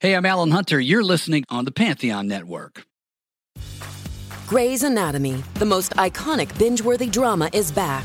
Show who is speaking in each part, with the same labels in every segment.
Speaker 1: Hey, I'm Alan Hunter. You're listening on the Pantheon Network.
Speaker 2: Grey's Anatomy, the most iconic binge worthy drama, is back,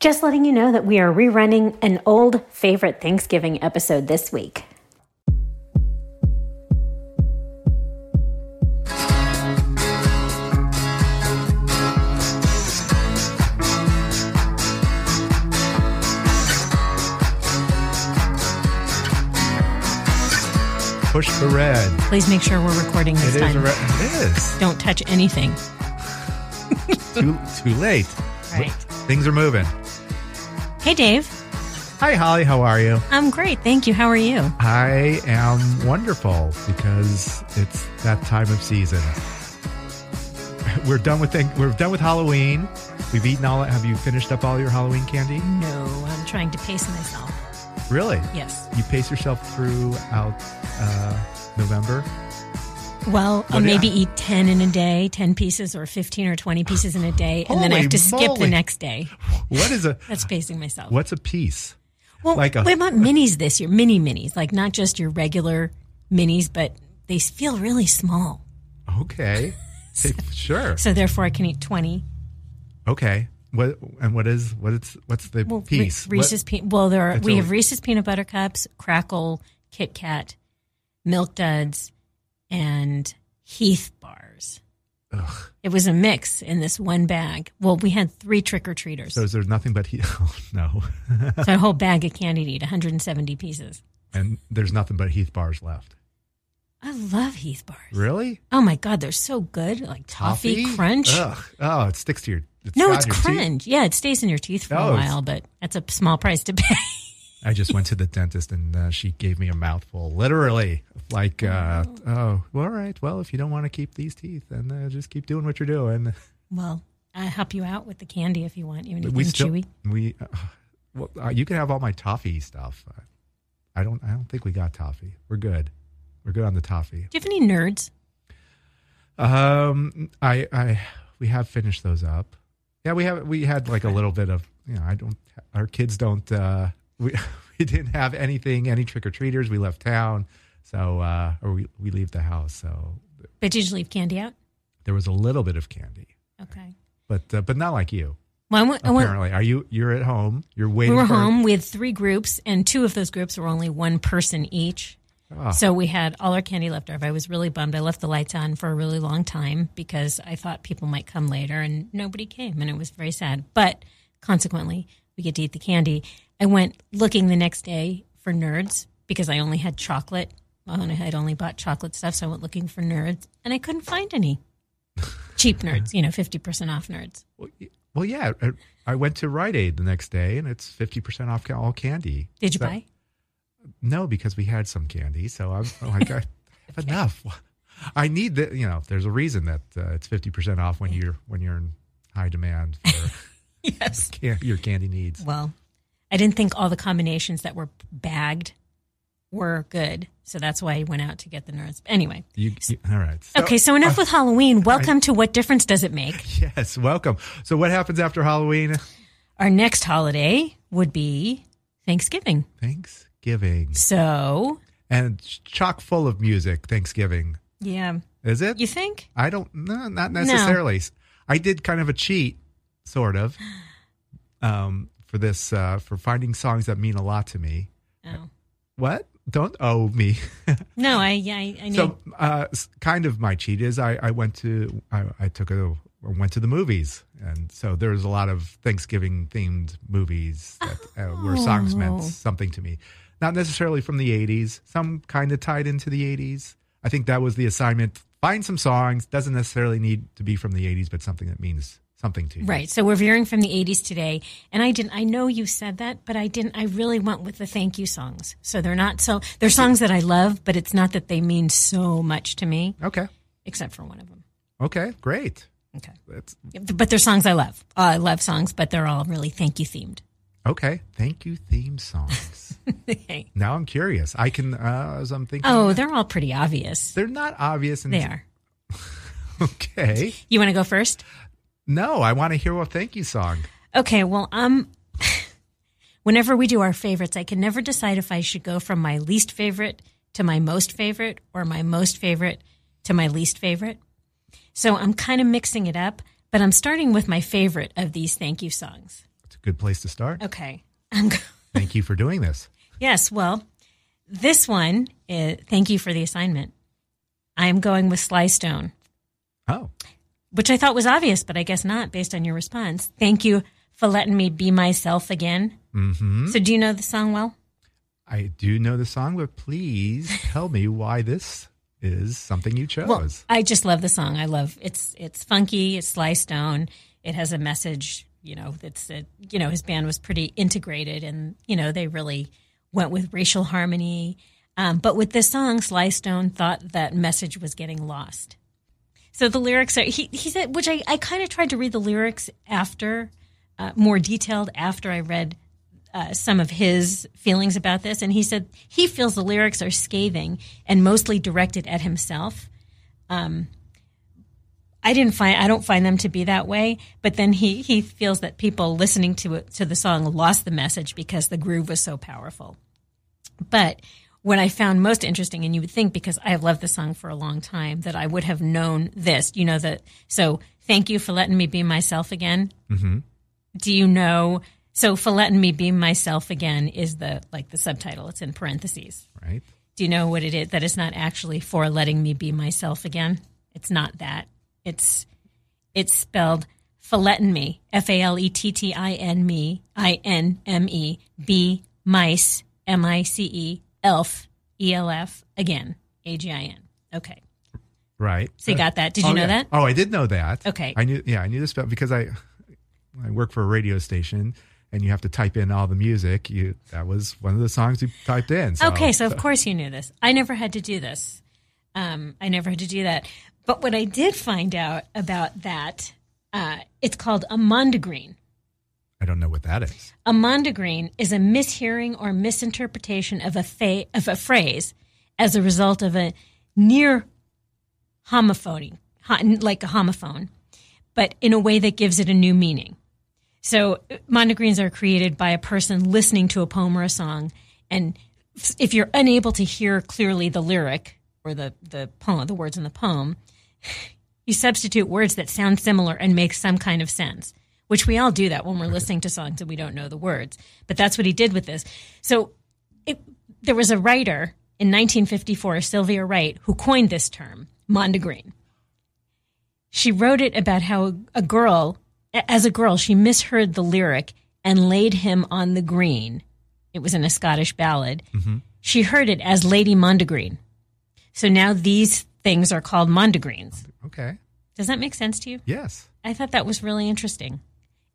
Speaker 3: Just letting you know that we are rerunning an old favorite Thanksgiving episode this week.
Speaker 4: Push the red.
Speaker 5: Please make sure we're recording
Speaker 4: It
Speaker 5: this
Speaker 4: is
Speaker 5: time.
Speaker 4: a red. It is.
Speaker 5: Don't touch anything.
Speaker 4: too, too late.
Speaker 5: Right.
Speaker 4: Things are moving.
Speaker 5: Hey, Dave.
Speaker 4: Hi, Holly. How are you?
Speaker 5: I'm great. Thank you. How are you?
Speaker 4: I am wonderful because it's that time of season. We're done with thing- we're done with Halloween. We've eaten all. Have you finished up all your Halloween candy?
Speaker 5: No, I'm trying to pace myself.
Speaker 4: Really?
Speaker 5: Yes.
Speaker 4: You pace yourself throughout uh, November.
Speaker 5: Well, I'll
Speaker 4: What do you-
Speaker 5: maybe eat 10 in a day, 10 pieces or 15 or 20 pieces in a day, and then I
Speaker 4: Holy
Speaker 5: have to skip
Speaker 4: moly.
Speaker 5: the next day.
Speaker 4: What is a
Speaker 5: That's pacing myself.
Speaker 4: what's a piece?
Speaker 5: Well,
Speaker 4: like a-
Speaker 5: we want minis this year, mini minis, like not just your regular minis, but they feel really small.
Speaker 4: Okay. sure.
Speaker 5: So therefore, I can eat 20.
Speaker 4: Okay. What and what is what it's what's the
Speaker 5: Well, Re-
Speaker 4: piece? What-
Speaker 5: Reese's pe- Well, there are,
Speaker 4: That's
Speaker 5: we
Speaker 4: a-
Speaker 5: have Reese's peanut butter cups, Crackle, Kit Kat, Milk Duds, and Heath bars. It was a mix in this one bag. Well, we had three trick or treaters,
Speaker 4: So
Speaker 5: so
Speaker 4: is there nothing but Heath? Oh, no.
Speaker 5: a whole bag of candy to eat, 170 pieces.
Speaker 4: and there's nothing but Heath bars left.
Speaker 5: I love Heath bars.
Speaker 4: Really?
Speaker 5: Oh my God, they're so good! Like toffee, crunch.
Speaker 4: Ugh. Oh, it sticks to your. It's
Speaker 5: No,
Speaker 4: got
Speaker 5: it's
Speaker 4: your teeth.
Speaker 5: crunch. Yeah, it stays in your teeth for
Speaker 4: Oh,
Speaker 5: a
Speaker 4: it's-
Speaker 5: while, but that's a small price to pay.
Speaker 4: I just went to the dentist and uh, she gave me a mouthful, literally. Like, uh, oh, well, all right. Well, if you don't want to keep these teeth, then uh, just keep doing what you're doing.
Speaker 5: well, I help you out with the candy if you want, even if
Speaker 4: we
Speaker 5: it's
Speaker 4: still,
Speaker 5: chewy.
Speaker 4: we, uh, well, uh, you can have all my toffee stuff. I don't. I don't think we got toffee. We're good. We're good on the toffee.
Speaker 5: Do you have any nerds?
Speaker 4: Um, I, I, we have finished those up. Yeah, we have. We had like a little bit of. You know, I don't. Our kids don't. Uh, we we didn't have anything. Any trick or treaters. We left town, so uh, or we we leave the house. So
Speaker 5: But did you leave candy out?
Speaker 4: there was a little bit of candy,
Speaker 5: Okay.
Speaker 4: but uh, but not like you.
Speaker 5: Oh, Well, I went, I went-
Speaker 4: Apparently, are you? You're at home. You're
Speaker 5: we
Speaker 4: waiting.
Speaker 5: were
Speaker 4: for,
Speaker 5: home. We had three groups, and two of those groups were only one person each.
Speaker 4: Oh.
Speaker 5: So we had all our candy left over. I was really bummed. I left the lights on for a really long time because I thought people might come later, and nobody came, and it was very sad. But consequently, we get to eat the candy. I went looking the next day for nerds because I only had chocolate. I only- I'd only bought chocolate stuff, so I went looking for nerds, and I couldn't find any cheap nerds. You know, fifty percent off nerds.
Speaker 4: Well, y- Well, yeah. I- I went to Rite Aid the next day and it's 50% off ca- all candy.
Speaker 5: Did you
Speaker 4: So-
Speaker 5: buy?
Speaker 4: No, because we had some candy. So I'm like, I have enough. I need that. You know, there's a reason that uh, it's 50% off when you're, when you're in high demand for
Speaker 5: Yes.
Speaker 4: can- your candy needs.
Speaker 5: Well, I didn't think all the combinations that were bagged were good. So that's why I went out to get the nerds. Anyway.
Speaker 4: You, you- all right. So- uh,
Speaker 5: okay, so enough with Halloween. Welcome to What Difference Does It Make?
Speaker 4: Yes, welcome. So what happens after Halloween?
Speaker 5: Our next holiday would be Thanksgiving.
Speaker 4: Thanksgiving.
Speaker 5: So,
Speaker 4: And it's chock full of music, Thanksgiving.
Speaker 5: yeah.
Speaker 4: Is it?
Speaker 5: You think?
Speaker 4: I don't no, not necessarily. I did kind of a cheat, sort of, um, for this uh, for finding songs that mean a lot to me.
Speaker 5: No.
Speaker 4: What? Don't owe me.
Speaker 5: No, I, yeah, I, I knew.
Speaker 4: so, uh, s- kind of my cheat is I, I went to I, I took a I went to the movies, and so there's a lot of Thanksgiving themed movies that uh, where songs meant
Speaker 5: Oh.
Speaker 4: something to me, not necessarily from the '80s, some kind of tied into the '80s. I think that was the assignment: find some songs doesn't necessarily need to be from the '80s, but something that means something to you.
Speaker 5: Right. So we're veering from the 80s today. And I didn't, I know you said that, but I didn't, I really went with the thank you songs. So they're not so, they're songs that I love, but it's not that they mean so much to me,
Speaker 4: Okay.
Speaker 5: except for one of them.
Speaker 4: Okay. Great.
Speaker 5: Okay.
Speaker 4: That's
Speaker 5: But they're songs I love. Uh, I love songs, but they're all really thank you themed.
Speaker 4: okay. Thank you. Theme songs. now I'm curious. I can uh, as I'm thinking.
Speaker 5: oh, they're all pretty obvious.
Speaker 4: They're not obvious. And
Speaker 5: They are.
Speaker 4: Okay.
Speaker 5: You want to go first?
Speaker 4: No, I want to hear a thank you song.
Speaker 5: Okay. Well, um, whenever we do our favorites, I can never decide if I should go from my least favorite to my most favorite or my most favorite to my least favorite. So I'm kind of mixing it up, but I'm starting with my favorite of these thank you songs.
Speaker 4: It's a good place to start.
Speaker 5: Okay. I'm go-
Speaker 4: Thank you for doing this.
Speaker 5: Yes. Well, this one, is, thank you for the assignment. I'm going with Sly Stone,
Speaker 4: Oh,
Speaker 5: which I thought was obvious, but I guess not based on your response. Thank you for letting me be myself again.
Speaker 4: hmm
Speaker 5: So, do you know the song well?
Speaker 4: I do know the song, but please tell me why this is something you chose.
Speaker 5: Well, I just love the song. I love it's it's funky. It's Sly Stone. It has a message. You know, it's a, you know his band was pretty integrated, and you know they really went with racial harmony. Um, but with this song, Sly Stone thought that message was getting lost. So the lyrics are he he said, which I I kind of tried to read the lyrics after uh, more detailed after I read uh, some of his feelings about this, and he said he feels the lyrics are scathing and mostly directed at himself. Um, I didn't find I don't find them to be that way, but then he he feels that people listening to it, to the song lost the message because the groove was so powerful. But what I found most interesting, and you would think because I have loved the song for a long time, that I would have known this. You know that. So thank you for letting me be myself again
Speaker 4: hmm
Speaker 5: do you know so for letting me be myself again is the like the subtitle it's in parentheses
Speaker 4: Right?
Speaker 5: do you know what it is that it's not actually for letting me be myself again it's not that it's it's spelled for letting me E f-a-l-e-t-t-i-n me i-n-m-e E, b mice m-i-c-e elf e-l-f E again a-g-i-n okay
Speaker 4: Right.
Speaker 5: so you got that did you
Speaker 4: Oh,
Speaker 5: know
Speaker 4: yeah.
Speaker 5: that
Speaker 4: Oh, I did know that.
Speaker 5: Okay.
Speaker 4: I knew. Yeah, I knew this about because I I work for a radio station, and you have to type in all the music. You that was one of the songs you typed in. So,
Speaker 5: okay, so of course you knew this. I never had to do this. Um, I never had to do that. But what I did find out about that, uh, it's called a mondegreen.
Speaker 4: I don't know what that is.
Speaker 5: A mondegreen is a mishearing or misinterpretation of a, fa- of a phrase as a result of a near homophony, ho- like a homophone, but in a way that gives it a new meaning. So monogreens are created by a person listening to a poem or a song, and f- if you're unable to hear clearly the lyric or the the poem, the words in the poem, you substitute words that sound similar and make some kind of sense. Which we all do that when we're listening to songs and we don't know the words. But that's what he did with this. So it, there was a writer in 1954, Sylvia Wright, who coined this term, mondegreen she wrote it about how a girl, as a girl, she misheard the lyric and laid him on the green. It was in a Scottish ballad. She heard it as Lady Mondegreen. So now these things are called Mondegreens.
Speaker 4: Okay.
Speaker 5: Does that make sense to you?
Speaker 4: Yes.
Speaker 5: I thought that was really interesting.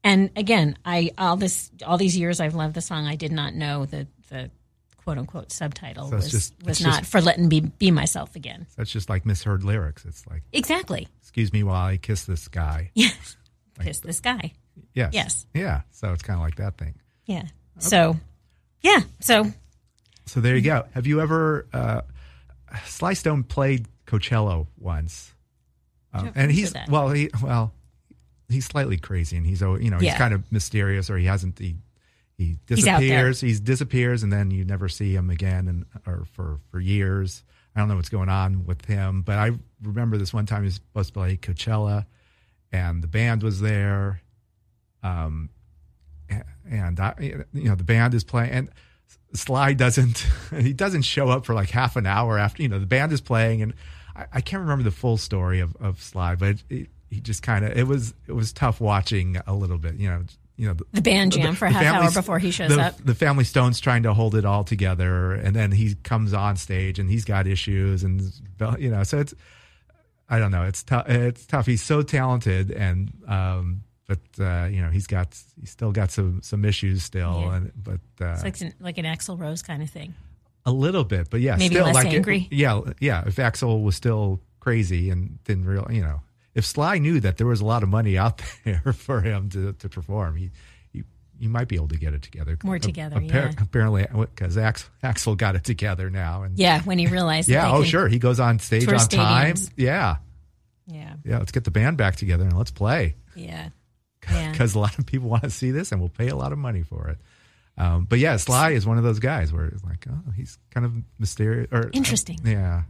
Speaker 5: And again, I all this all these years I've loved the song. I did not know the the quote unquote subtitle
Speaker 4: So it's
Speaker 5: was
Speaker 4: just-
Speaker 5: was
Speaker 4: it's
Speaker 5: not
Speaker 4: just-
Speaker 5: for letting me be myself again.
Speaker 4: That's just like misheard lyrics. It's like,
Speaker 5: Exactly.
Speaker 4: excuse me while I kiss this guy.
Speaker 5: Yes. Kiss this guy.
Speaker 4: Yes.
Speaker 5: Yes.
Speaker 4: Yeah. So it's kind of like that thing.
Speaker 5: Yeah. So yeah. So
Speaker 4: So there you go.
Speaker 5: Mm-hmm.
Speaker 4: Have you ever uh, Sly Stone played Coachella once? Um, and he's
Speaker 5: that.
Speaker 4: well, he well, he's slightly crazy, and he's al- you know he's
Speaker 5: Yeah.
Speaker 4: kind of mysterious, or he hasn't he he
Speaker 5: He's out there.
Speaker 4: disappears, he disappears, and then you never see him again, and or for for years. I don't know what's going on with him, but I remember this one time he was supposed to play Coachella, and the band was there, um, a- and I, you know the band is playing and Sly doesn't he doesn't show up for like half an hour after you know the band is playing and I, I can't remember the full story of, of Sly but it, he just kind of it was it was tough watching a little bit you know you know
Speaker 5: The band jam for a half hour before he shows
Speaker 4: the-
Speaker 5: up.
Speaker 4: the family Stone's trying to hold it all together and then he comes on stage and he's got issues and you know so it's I don't know. It's tough. It's tough. He's so talented, and um, but uh, you know he's got he's still got some some issues still,
Speaker 5: Yeah.
Speaker 4: and but uh,
Speaker 5: it's like an, like an Axl Rose kind of thing.
Speaker 4: a little bit, but yeah,
Speaker 5: Maybe
Speaker 4: still
Speaker 5: less
Speaker 4: like it-
Speaker 5: angry.
Speaker 4: yeah, yeah. If Axel was still crazy and didn't real, you know, if Sly knew that there was a lot of money out there for him to, to perform, he, he he might be able to get it together.
Speaker 5: More together, yeah.
Speaker 4: Apparently, uh, because Axel, Axel got it together now, and
Speaker 5: Yeah. When he realized. that
Speaker 4: yeah,
Speaker 5: they
Speaker 4: oh
Speaker 5: can-
Speaker 4: sure, he goes on stage
Speaker 5: Tour
Speaker 4: on time.
Speaker 5: stadiums.
Speaker 4: Yeah,
Speaker 5: Yeah.
Speaker 4: yeah. Let's get the band back together and let's play
Speaker 5: Yeah. Yeah.
Speaker 4: because a lot of people want to see this and will pay a lot of money for it. Um, but yeah, Sly is one of those guys where it's like, oh, he's kind of mysterious or uh,
Speaker 5: Interesting.
Speaker 4: yeah,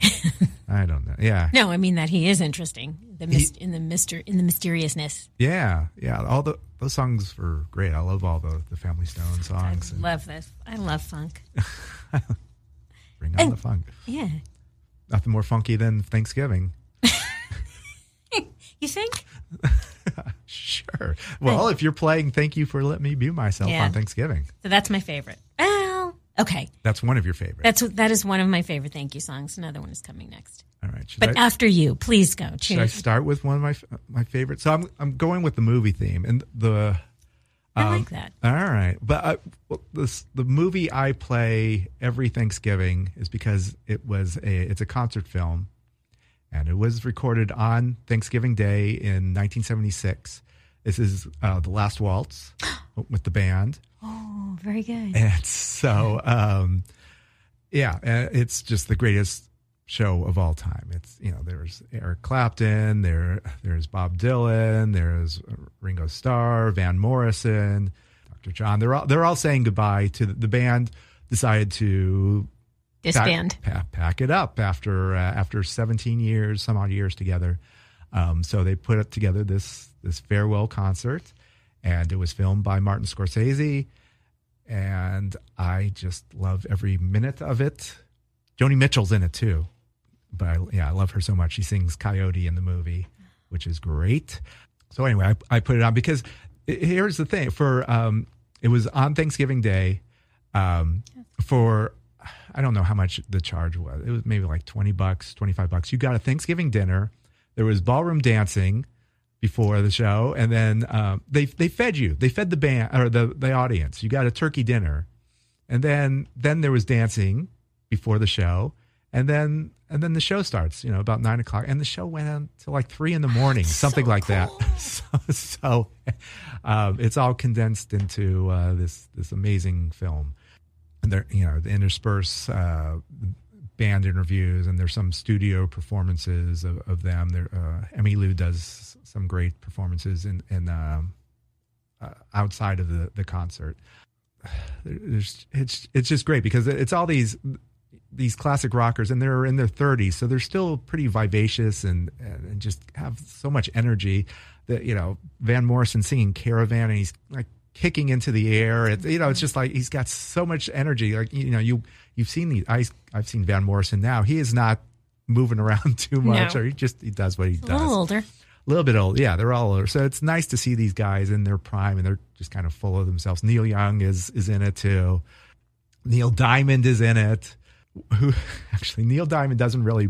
Speaker 4: I don't know. Yeah,
Speaker 5: No, I mean that he is interesting. The mys- in the mister in the mysteriousness.
Speaker 4: yeah, yeah. All the those songs were great. I love all the the Family Stone songs. and
Speaker 5: Love this. I love funk.
Speaker 4: bring on the funk.
Speaker 5: Yeah.
Speaker 4: Nothing more funky than Thanksgiving.
Speaker 5: You think?
Speaker 4: Sure. Well, if you're playing, thank you for letting me be myself
Speaker 5: Yeah.
Speaker 4: on Thanksgiving.
Speaker 5: So that's my favorite. Well, okay.
Speaker 4: That's one of your favorites.
Speaker 5: That's that is one of my favorite thank you songs. Another one is coming next.
Speaker 4: all right. Should
Speaker 5: But
Speaker 4: I-
Speaker 5: after you, please go.
Speaker 4: Should I
Speaker 5: Choose.
Speaker 4: start with one of my my favorites? So I'm I'm going with the movie theme and the.
Speaker 5: I
Speaker 4: um,
Speaker 5: like that.
Speaker 4: All right, but I, well, this the movie I play every Thanksgiving is because it was a it's a concert film, and it was recorded on Thanksgiving Day in 1976. This is uh, the last waltz with the band.
Speaker 5: Oh, very good.
Speaker 4: And so, um, yeah, uh, it's just the greatest show of all time. It's you know there's Eric Clapton, there there's Bob Dylan, there's Ringo Starr, Van Morrison, Dr. John. They're all they're all saying goodbye to the, the band. Decided to
Speaker 5: Disband.
Speaker 4: Pack, pack, pack it up after uh, after 17 years, some odd years together. Um, so they put up together this this farewell concert, and it was filmed by Martin Scorsese, and I just love every minute of it. Joni Mitchell's in it too, but I, yeah, I love her so much. She sings Coyote in the movie, which is great. So anyway, I, I put it on because i- here's the thing: for um, it was on Thanksgiving Day, um, for I don't know how much the charge was. It was maybe like twenty bucks, twenty five bucks. You got a Thanksgiving dinner. There was ballroom dancing before the show, and then um, they they fed you. They fed the band or the the audience. You got a turkey dinner, and then then there was dancing before the show, and then and then the show starts. You know, about nine o'clock, and the show went on till like three in the morning, something like that. So, so um, it's all condensed into uh, this this amazing film. And they're you know they intersperse uh, band interviews and there's some studio performances of, of them. There, uh, Emmy Lou does some great performances in, in um, uh, outside of the, the concert. There- There's it's it's just great because it's all these these classic rockers and they're in their 30s so they're still pretty vivacious and and just have so much energy that you know van morrison singing caravan and he's like kicking into the air it's you know it's just like he's got so much energy like you know you you've seen the I, i've seen van morrison now he is not moving around too much
Speaker 5: No.
Speaker 4: or he just he does what he
Speaker 5: A
Speaker 4: does
Speaker 5: little older.
Speaker 4: a little bit old. Yeah, they're all older. So it's nice to see these guys in their prime and they're just kind of full of themselves. Neil Young is is in it too. Neil Diamond is in it. Who actually Neil Diamond doesn't really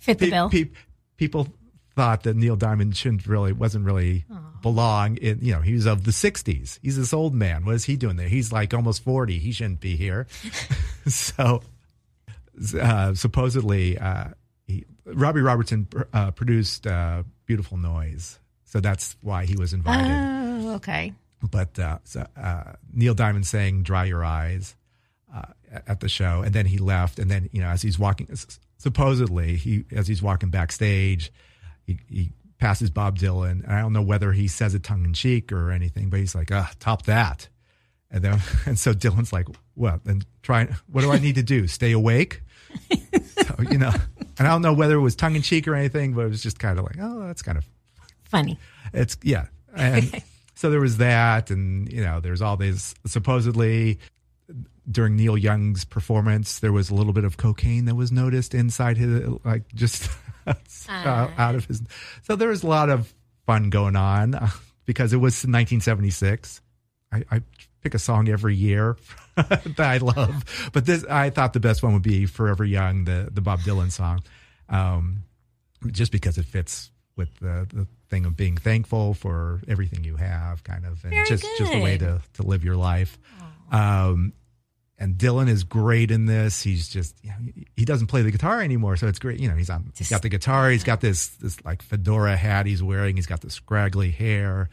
Speaker 5: Fit the bill.
Speaker 4: pe- people thought that Neil Diamond shouldn't really wasn't really belong in you know he was of the 60s he's this old man what is he doing there he's like almost 40 he shouldn't be here so uh, supposedly uh, he, Robbie Robertson pr- uh, produced uh, Beautiful Noise so that's why he was invited
Speaker 5: Oh, okay.
Speaker 4: but uh, so, uh, Neil Diamond sang "Dry Your Eyes" uh, at the show, and then he left. And then you know, as he's walking, s- supposedly he as he's walking backstage, he, he passes Bob Dylan. And I don't know whether he says it tongue in cheek or anything, but he's like, "Ah, top that." And then, and so Dylan's like, "What? Then try. What do I need to do? Stay awake?" so you know, and I don't know whether it was tongue in cheek or anything, but it was just kind of like, "Oh, that's kind of."
Speaker 5: Funny.
Speaker 4: It's yeah, and so there was that, and you know, there's all these supposedly during Neil Young's performance, there was a little bit of cocaine that was noticed inside his like just
Speaker 5: Ah.
Speaker 4: uh, out of his. So there was a lot of fun going on uh, because it was 1976. I, I pick a song every year that I love, but this I thought the best one would be "Forever Young," the the Bob Dylan song. Um, just because it fits with the, the thing of being thankful for everything you have, kind of, and
Speaker 5: Very
Speaker 4: just just a way
Speaker 5: good.
Speaker 4: to to live your life. Um, and Dylan is great in this. He's just you know, he- he doesn't play the guitar anymore, so it's great. You know, he's on. He's got the guitar. He's got this this like fedora hat he's wearing. He's got the scraggly hair.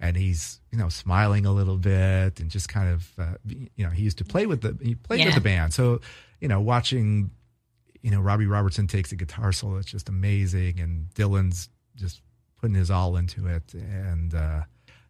Speaker 4: And he's, you know, smiling a little bit, and just kind of, uh, you know, he used to play with the he played with
Speaker 5: Yeah.
Speaker 4: the band. So, you know, watching you know, Robbie Robertson takes a guitar solo that's just amazing, and Dylan's just putting his all into it. And uh,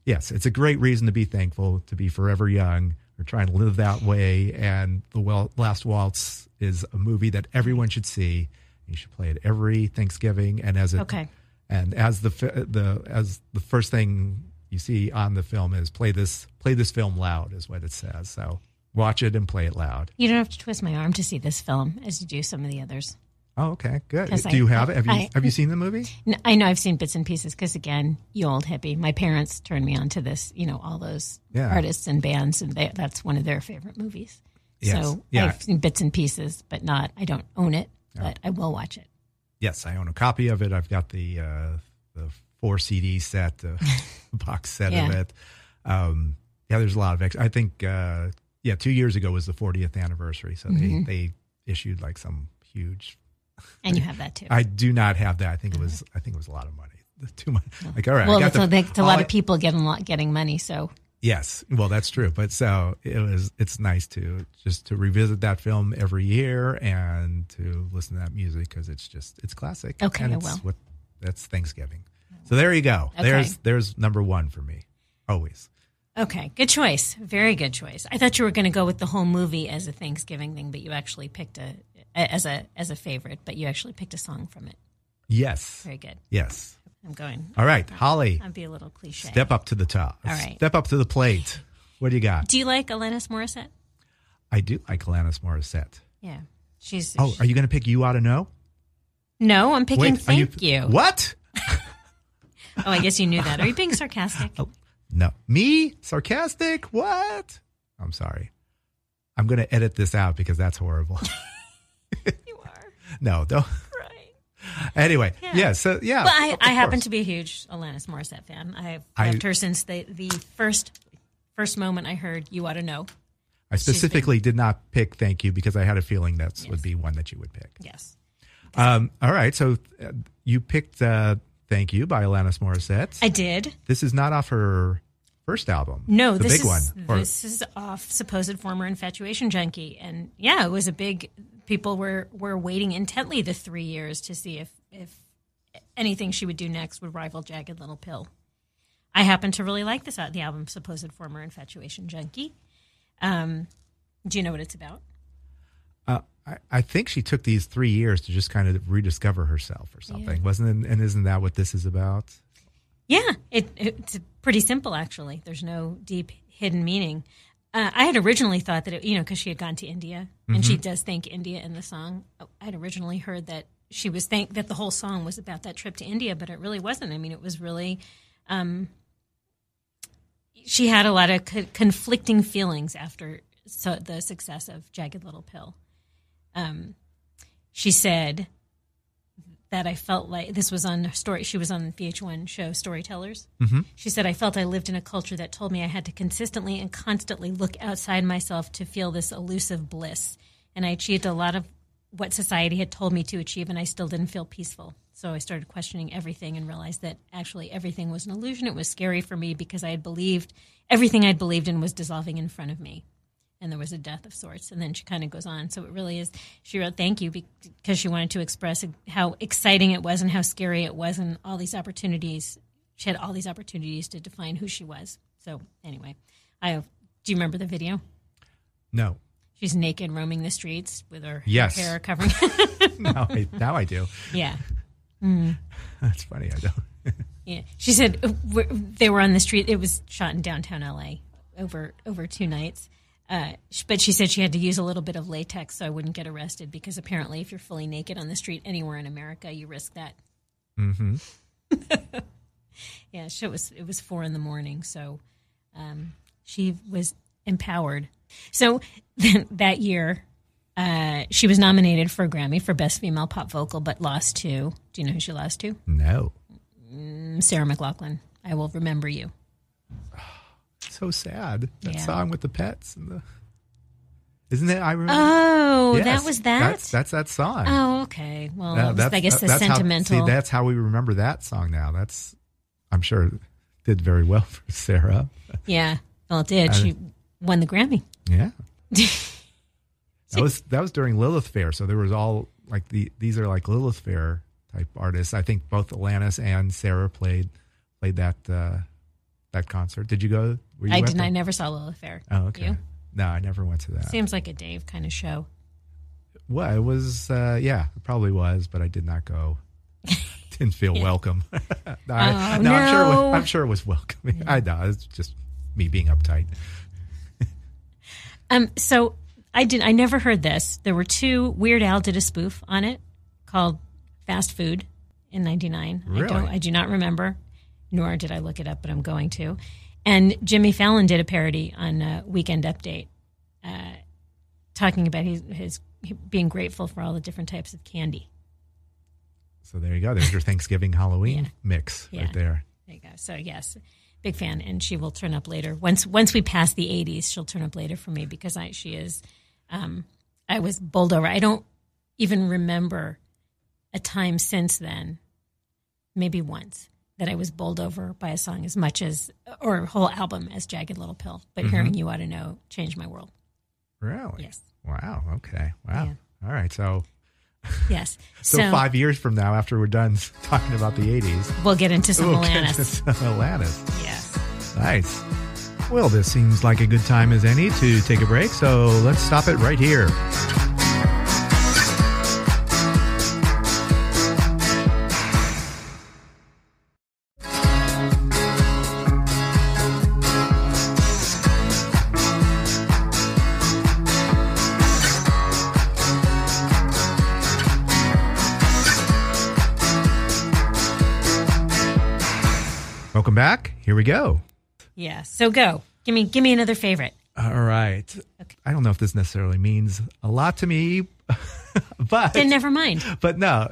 Speaker 4: yes, it's a great reason to be thankful, to be forever young, or trying to live that way. And The Wel- Last Waltz is a movie that everyone should see. You should play it every Thanksgiving, and as it,
Speaker 5: Okay.
Speaker 4: and as the fi- the as the first thing you see on the film is play this play this film loud is what it says. So watch it and play it loud.
Speaker 5: You don't have to twist my arm to see this film as you do some of the others.
Speaker 4: Oh, okay, good.
Speaker 5: 'Cause
Speaker 4: Do
Speaker 5: I-
Speaker 4: you have it? Have you
Speaker 5: I-
Speaker 4: have you seen the movie?
Speaker 5: N- I know I've seen bits and pieces because, again, you old hippie. My parents turned me on to this, you know, all those
Speaker 4: Yeah.
Speaker 5: artists and bands, and they, that's one of their favorite movies.
Speaker 4: Yes.
Speaker 5: So
Speaker 4: Yeah.
Speaker 5: I've seen bits and pieces, but not, I don't own it, but I will watch it.
Speaker 4: Yes, I own a copy of it. I've got the uh, the four CD set, uh, box set of
Speaker 5: Yeah.
Speaker 4: it. Um, yeah, there's a lot of. Ex- I think uh, yeah, two years ago was the 40th anniversary, so
Speaker 5: Mhm.
Speaker 4: they they issued like some huge.
Speaker 5: And you have that too.
Speaker 4: I do not have that. I think it was I think it was a lot of money. Too much. Like all right, I
Speaker 5: Uh-huh. Oh. well,
Speaker 4: got
Speaker 5: it's
Speaker 4: the-
Speaker 5: a, it's a lot
Speaker 4: all I-
Speaker 5: of people getting, lot- getting money. So
Speaker 4: Yes, well, that's true. But so it was. It's nice to just to revisit that film every year and to listen to that music because it's just it's classic.
Speaker 5: Okay,
Speaker 4: and
Speaker 5: I
Speaker 4: it's
Speaker 5: will.
Speaker 4: What, that's Thanksgiving. So there you go.
Speaker 5: Okay.
Speaker 4: There's there's number one for me always.
Speaker 5: Okay, good choice. Very good choice. I thought you were going to go with the whole movie as a Thanksgiving thing, but you actually picked a as a as a favorite, but you actually picked a song from it.
Speaker 4: Yes,
Speaker 5: Very good.
Speaker 4: yes.
Speaker 5: I'm going.
Speaker 4: All right, Holly,
Speaker 5: I'll be a little cliche.
Speaker 4: step up to the top.
Speaker 5: All right.
Speaker 4: step up to the plate. What do you got?
Speaker 5: Do you like Alanis Morissette?
Speaker 4: I do like Alanis Morissette.
Speaker 5: Yeah, she's.
Speaker 4: Oh, are you going to pick you ought to know?
Speaker 5: no, I'm picking.
Speaker 4: are
Speaker 5: thank you,
Speaker 4: What?
Speaker 5: Oh, I guess you knew that. Are you being sarcastic?
Speaker 4: Oh. No. Me? Sarcastic? What? I'm sorry. I'm going to edit this out because that's horrible.
Speaker 5: You are
Speaker 4: no, don't.
Speaker 5: right.
Speaker 4: Anyway, yeah.
Speaker 5: Yeah.
Speaker 4: so, yeah.
Speaker 5: But I,
Speaker 4: of
Speaker 5: I happen
Speaker 4: course.
Speaker 5: to be a huge Alanis Morissette fan. I've
Speaker 4: I-
Speaker 5: loved her since the the first first moment I heard "You Ought to Know."
Speaker 4: I specifically did not pick thank you because I had a feeling that would be one that you would pick.
Speaker 5: Yes.
Speaker 4: Um, all right. So uh, you picked uh, Thank You by Alanis Morissette.
Speaker 5: I did.
Speaker 4: this is not off her first album.
Speaker 5: No,
Speaker 4: the
Speaker 5: this
Speaker 4: big
Speaker 5: is
Speaker 4: one. Or-
Speaker 5: this is off supposed former infatuation junkie, and yeah, it was a big. People were were waiting intently the three years to see if if anything she would do next would rival Jagged Little Pill. I happen to really like this al- the album supposed former infatuation junkie. Um, do you know what it's about?
Speaker 4: Uh, I, I think she took these three years to just kind of rediscover herself or something, wasn't it? And isn't that what this is about?
Speaker 5: Yeah, it, it's pretty simple actually. There's no deep hidden meaning. Uh, I had originally thought that it, you know because she had gone to India and she does thank India in the song. I had originally heard that she was thank that the whole song was about that trip to India, but it really wasn't. I mean, it was really um, she had a lot of co- conflicting feelings after so, the success of Jagged Little Pill. Um, she said that I felt like this was on her story. She was on the VH1 show Storytellers.
Speaker 4: Mhm.
Speaker 5: She said, I felt I lived in a culture that told me I had to consistently and constantly look outside myself to feel this elusive bliss. And I achieved a lot of what society had told me to achieve, and I still didn't feel peaceful. So I started questioning everything and realized that actually everything was an illusion. It was scary for me because I had believed everything I'd believed in was dissolving in front of me and there was a death of sorts. And then she kind of goes on. So it really is. She wrote thank you because she wanted to express how exciting it was and how scary it was, and all these opportunities. She had all these opportunities to define who she was. So anyway, I do you remember the video?
Speaker 4: No.
Speaker 5: She's naked roaming the streets with her
Speaker 4: Yes.
Speaker 5: hair covering.
Speaker 4: Now I, now I do.
Speaker 5: yeah. Mm.
Speaker 4: That's funny. I don't.
Speaker 5: Yeah, she said uh, we're- they were on the street. It was shot in downtown LA over over two nights. Uh, sh- but she said she had to use a little bit of latex so I wouldn't get arrested because apparently, if you're fully naked on the street anywhere in America, you risk that.
Speaker 4: Mm-hmm.
Speaker 5: Yeah, she, it was it was four in the morning, so um, she was empowered. So that year, uh, she was nominated for a Grammy for Best Female Pop Vocal, but lost to. Do you know who she lost to?
Speaker 4: No.
Speaker 5: Mm, Sarah McLaughlin. I will remember you.
Speaker 4: So sad. That
Speaker 5: Yeah.
Speaker 4: song with the pets and the. Isn't it? I remember.
Speaker 5: Oh, that
Speaker 4: Yes,
Speaker 5: was that?
Speaker 4: That's, that's that song.
Speaker 5: Oh, okay. Well,
Speaker 4: That-
Speaker 5: that was, I guess the
Speaker 4: that's how-
Speaker 5: sentimental.
Speaker 4: see, that's how we remember that song now. That's, I'm sure, it did very well for Sarah.
Speaker 5: yeah. Well, it did.
Speaker 4: I-
Speaker 5: She won the Grammy.
Speaker 4: Yeah. that was that was during Lilith Fair, so there was all like the these are like Lilith Fair type artists. I think both Alanis and Sarah played played that uh, that concert. Did you go? Were you
Speaker 5: I
Speaker 4: at
Speaker 5: did.
Speaker 4: the-
Speaker 5: not I never saw Lilith Fair.
Speaker 4: Oh, okay.
Speaker 5: You?
Speaker 4: No, I never went to that.
Speaker 5: Seems like a Dave kind of show.
Speaker 4: Well, it was uh, yeah, it probably was, but I did not go. Didn't feel welcome. no, I,
Speaker 5: Oh,
Speaker 4: no, I'm sure.
Speaker 5: no.
Speaker 4: It was, I'm sure it was welcoming. I know it's just me being uptight.
Speaker 5: Um. So I did. I never heard this. There were two. Weird Al did a spoof on it called Fast Food in '99. I,
Speaker 4: Really?
Speaker 5: don't, I do not remember, nor did I look it up, but I'm going to. And Jimmy Fallon did a parody on uh, Weekend Update. Uh, talking about his, his being grateful for all the different types of candy.
Speaker 4: So there you go. There's your Thanksgiving Halloween
Speaker 5: Yeah.
Speaker 4: mix
Speaker 5: Yeah.
Speaker 4: right there.
Speaker 5: There you go. So yes, big fan, and she will turn up later. Once once we pass the eighties, she'll turn up later for me because I she is. Um, I was bowled over. I don't even remember a time since then, maybe once that I was bowled over by a song as much as or a whole album as Jagged Little Pill. But
Speaker 4: Mhm.
Speaker 5: hearing you ought to know changed my world.
Speaker 4: Really?
Speaker 5: Yes,
Speaker 4: Wow. Okay. Wow. All right. So,
Speaker 5: yes.
Speaker 4: so five years from now, after we're done talking about the '80s,
Speaker 5: We'll get into some
Speaker 4: we'll get
Speaker 5: Alanis.
Speaker 4: to some Alanis.
Speaker 5: Yes.
Speaker 4: Nice. Well, this seems like a good time as any to take a break. So let's stop it right here. Welcome back. Here we go.
Speaker 5: Yeah. So go. Give me give me another favorite.
Speaker 4: All right. I don't know if this necessarily means a lot to me, but
Speaker 5: Then never mind.
Speaker 4: but no,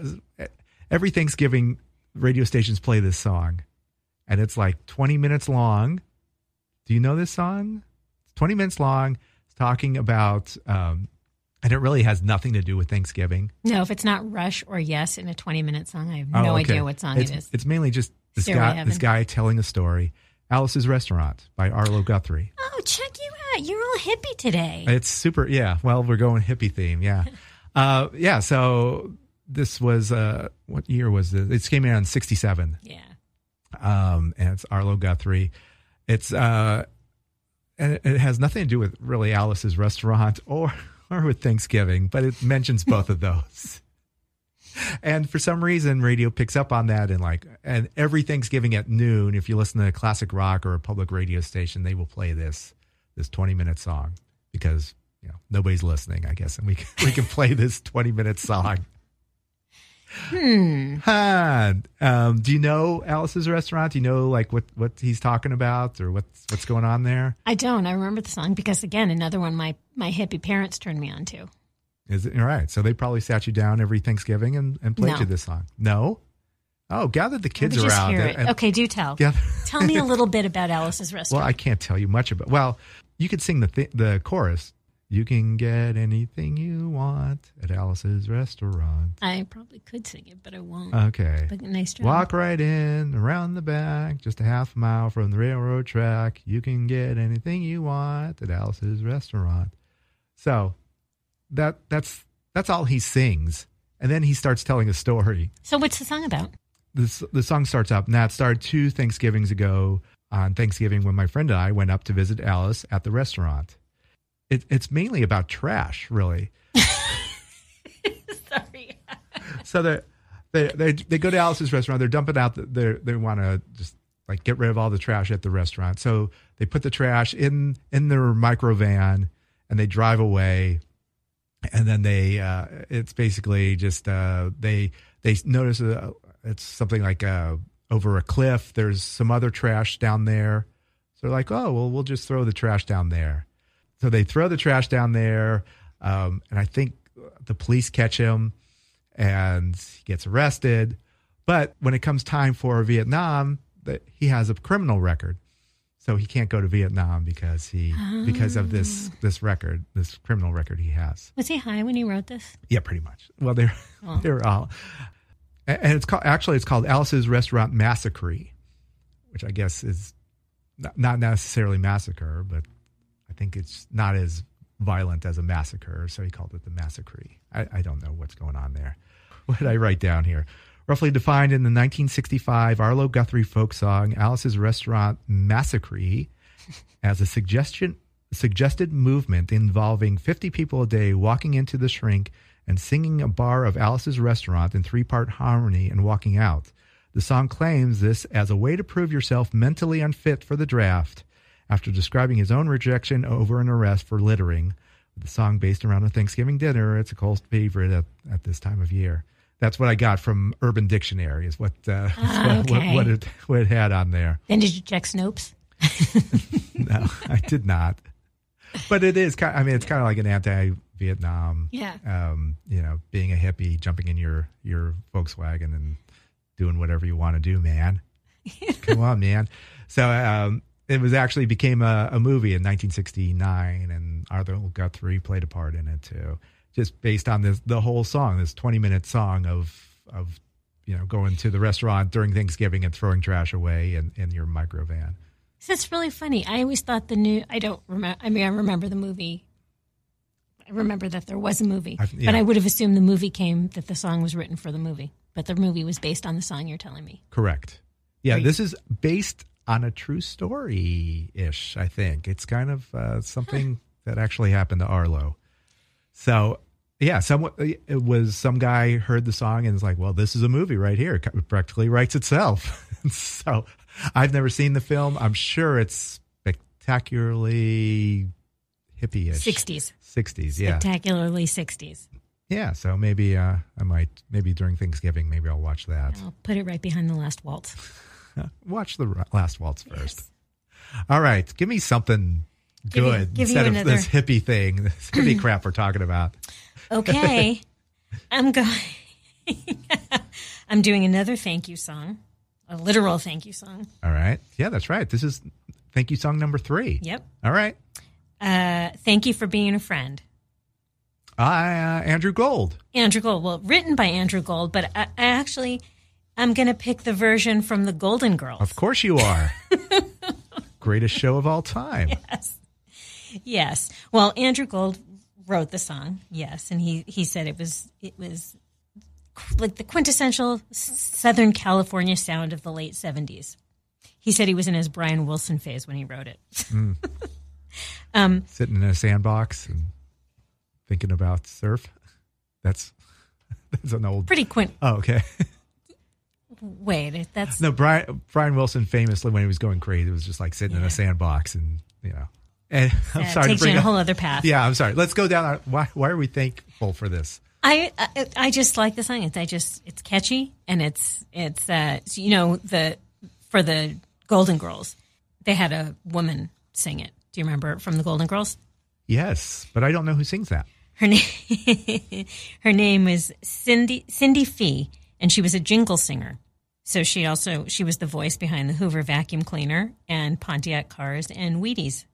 Speaker 4: every Thanksgiving radio stations play this song, and it's like 20 minutes long. Do you know this song? It's 20 minutes long. It's talking about, um, and it really has nothing to do with Thanksgiving.
Speaker 5: No, if it's not Rush or Yes in a 20 minute song, I have no
Speaker 4: Oh, okay.
Speaker 5: idea what song
Speaker 4: it's,
Speaker 5: it is.
Speaker 4: It's mainly just this
Speaker 5: Stairway
Speaker 4: guy,
Speaker 5: Heaven.
Speaker 4: this guy telling a story. Alice's Restaurant by Arlo Guthrie.
Speaker 5: Oh, check you out. You're all hippie today.
Speaker 4: It's super. Yeah. Well, we're going hippie theme. Yeah. Uh, yeah. So this was uh, what year was this? It came out in '67.
Speaker 5: yeah.
Speaker 4: um, and it's Arlo Guthrie. It's uh, and it- it has nothing to do with really Alice's restaurant or or with Thanksgiving, but it mentions both of those. And for some reason, radio picks up on that, and like, and every Thanksgiving at noon, if you listen to classic rock or a public radio station, they will play this this twenty minute song because you know nobody's listening, I guess, and we can, we can play this twenty minute song.
Speaker 5: Hmm.
Speaker 4: Huh. Um, do you know Alice's restaurant? Do you know like what what he's talking about or what's what's going on there?
Speaker 5: I don't. I remember the song because, again, another one my, my hippie parents turned me on to.
Speaker 4: Is it all right? So they probably sat you down every Thanksgiving and, and played
Speaker 5: No.
Speaker 4: you this song. No. Oh, gathered the kids
Speaker 5: Let me just
Speaker 4: around.
Speaker 5: hear
Speaker 4: and-
Speaker 5: it.
Speaker 4: and-
Speaker 5: okay, do tell.
Speaker 4: Gather-
Speaker 5: Tell me a little bit about Alice's
Speaker 4: Well,
Speaker 5: restaurant.
Speaker 4: I can't tell you much about. Well, you could sing the th- the chorus. You can get anything you want at Alice's restaurant.
Speaker 5: I, probably could sing it, but I won't.
Speaker 4: Okay.
Speaker 5: But nice job.
Speaker 4: Walk right in, around the back, just a half mile from the railroad track. You can get anything you want at Alice's restaurant. So that that's that's all he sings, and then he starts telling a story.
Speaker 5: So what's the song about?
Speaker 4: This the song starts up. Now it started two Thanksgivings ago on Thanksgiving when my friend and I went up to visit Alice at the restaurant. It, it's mainly about trash, really.
Speaker 5: Sorry.
Speaker 4: so they, they they they go to Alice's restaurant. They're dumping out. The, they they want to just like get rid of all the trash at the restaurant. So they put the trash in in their micro van and they drive away. And then they uh, it's basically just uh, they they notice uh, it's something like uh, over a cliff. There's some other trash down there. So they're like, oh well, we'll just throw the trash down there. So they throw the trash down there, um, and I think the police catch him and he gets arrested. But when it comes time for Vietnam, that he has a criminal record, so he can't go to Vietnam because he because of this this record, this criminal record he has.
Speaker 5: Was he high when he wrote this?
Speaker 4: Yeah, pretty much. Well, they're they're all, a- and it's called actually it's called Alice's Restaurant Massacre, which I guess is not, not necessarily massacre, but I think it's not as violent as a massacre, so he called it the massacre. I, I don't know what's going on there. What did I write down here? Roughly defined in the 1965 Arlo Guthrie folk song Alice's Restaurant Massacre as a suggestion suggested movement involving 50 people a day walking into the shrink and singing a bar of Alice's restaurant in three-part harmony and walking out. The song claims this as a way to prove yourself mentally unfit for the draft after describing his own rejection over an arrest for littering. The song based around a Thanksgiving dinner, it's a cult favorite at, at this time of year. That's what I got from Urban Dictionary is what uh,
Speaker 5: Ah,
Speaker 4: what- what-
Speaker 5: okay.
Speaker 4: what, it, what it had on there.
Speaker 5: Then did you check Snopes?
Speaker 4: No, I did not. But it is kind. I mean, it's kind of like an anti-Vietnam.
Speaker 5: Yeah.
Speaker 4: Um, you know, being a hippie, jumping in your your Volkswagen and doing whatever you want to do, man. Come on, man. So um, it was actually became a, a movie in 1969, and Arthur Guthrie played a part in it too. Just based on this, the whole song, this 20 minute song of of you know going to the restaurant during Thanksgiving and throwing trash away in, in your microvan.
Speaker 5: That's really funny. I always thought the new. I don't remember. I mean, I remember the movie. I remember that there was a movie,
Speaker 4: I've- yeah.
Speaker 5: but I would have assumed the movie came that the song was written for the movie, but the movie was based on the song you're telling me.
Speaker 4: Correct. Yeah,
Speaker 5: Right.
Speaker 4: this is based on a true story ish, I think. It's kind of uh, something that actually happened to Arlo. So, yeah, someone it was some guy heard the song and was like, "Well, this is a movie right here. It practically writes itself." so, I've never seen the film. I'm sure it's spectacularly hippie-ish.
Speaker 5: 60s,
Speaker 4: 60s, yeah.
Speaker 5: spectacularly 60s.
Speaker 4: yeah, so maybe uh, I might maybe during Thanksgiving maybe I'll watch that.
Speaker 5: I'll put it right behind the last waltz.
Speaker 4: Watch the r- last waltz first. All right, give me something
Speaker 5: Give you-
Speaker 4: good
Speaker 5: give you
Speaker 4: instead of
Speaker 5: another-
Speaker 4: this hippie thing, this hippie crap we're talking about.
Speaker 5: Okay, I'm going. I'm doing another thank you song, a literal thank you song.
Speaker 4: All right, yeah, that's right. This is thank you song number three.
Speaker 5: Yep.
Speaker 4: All right,
Speaker 5: Uh, thank you for being a friend.
Speaker 4: I uh, Andrew Gold.
Speaker 5: Andrew Gold. Well, written by Andrew Gold, but I, I actually I'm going to pick the version from the Golden Girls.
Speaker 4: Of course you are. Greatest show of all time.
Speaker 5: Yes. Well, Andrew Gold wrote the song. Yes, and he he said it was it was qu- like the quintessential s- Southern California sound of the late 70s. He said he was in his Brian Wilson phase when he wrote it.
Speaker 4: Hmm.
Speaker 5: um,
Speaker 4: Sitting in a sandbox and thinking about surf. That's that's an old.
Speaker 5: pretty quint.
Speaker 4: Oh, okay.
Speaker 5: Wait, that's
Speaker 4: No, Brian Brian Wilson famously when he was going crazy, it was just like sitting in a sandbox and you know. And I'm
Speaker 5: that
Speaker 4: sorry to
Speaker 5: takes you
Speaker 4: bring
Speaker 5: in a
Speaker 4: up,
Speaker 5: whole other path.
Speaker 4: Yeah, I'm sorry. Let's go down. Our, why why are we thankful for this?
Speaker 5: I, I I just like the song. It's I just it's catchy and it's it's uh so, you know the for the Golden Girls they had a woman sing it. Do you remember it from the Golden Girls?
Speaker 4: Yes, but I don't know who sings that.
Speaker 5: Her name her name is Cindy Cindy Fee, and she was a jingle singer. So she also she was the voice behind the Hoover vacuum cleaner and Pontiac cars and Wheaties.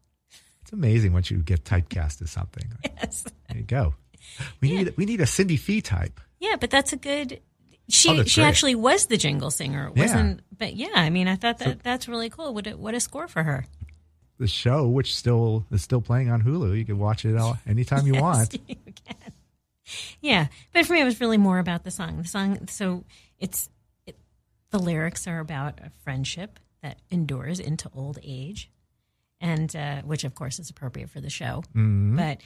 Speaker 4: It's amazing once you get typecast as something.
Speaker 5: Yes.
Speaker 4: There you go. We need we need a Cindy Fee type.
Speaker 5: Yeah, but that's a good.
Speaker 4: Oh,
Speaker 5: She
Speaker 4: that's
Speaker 5: she
Speaker 4: great.
Speaker 5: actually was the jingle singer. It
Speaker 4: Yeah.
Speaker 5: wasn't but yeah, I mean, I thought that that's really cool. What a, what a score for her.
Speaker 4: The show, which still is still playing on Hulu, you can watch it all anytime you want.
Speaker 5: Yeah, but for me, it was really more about the song. The song, so it's it, the lyrics are about a friendship that endures into old age, and uh, which of course is appropriate for the show.
Speaker 4: Mm-hmm.
Speaker 5: But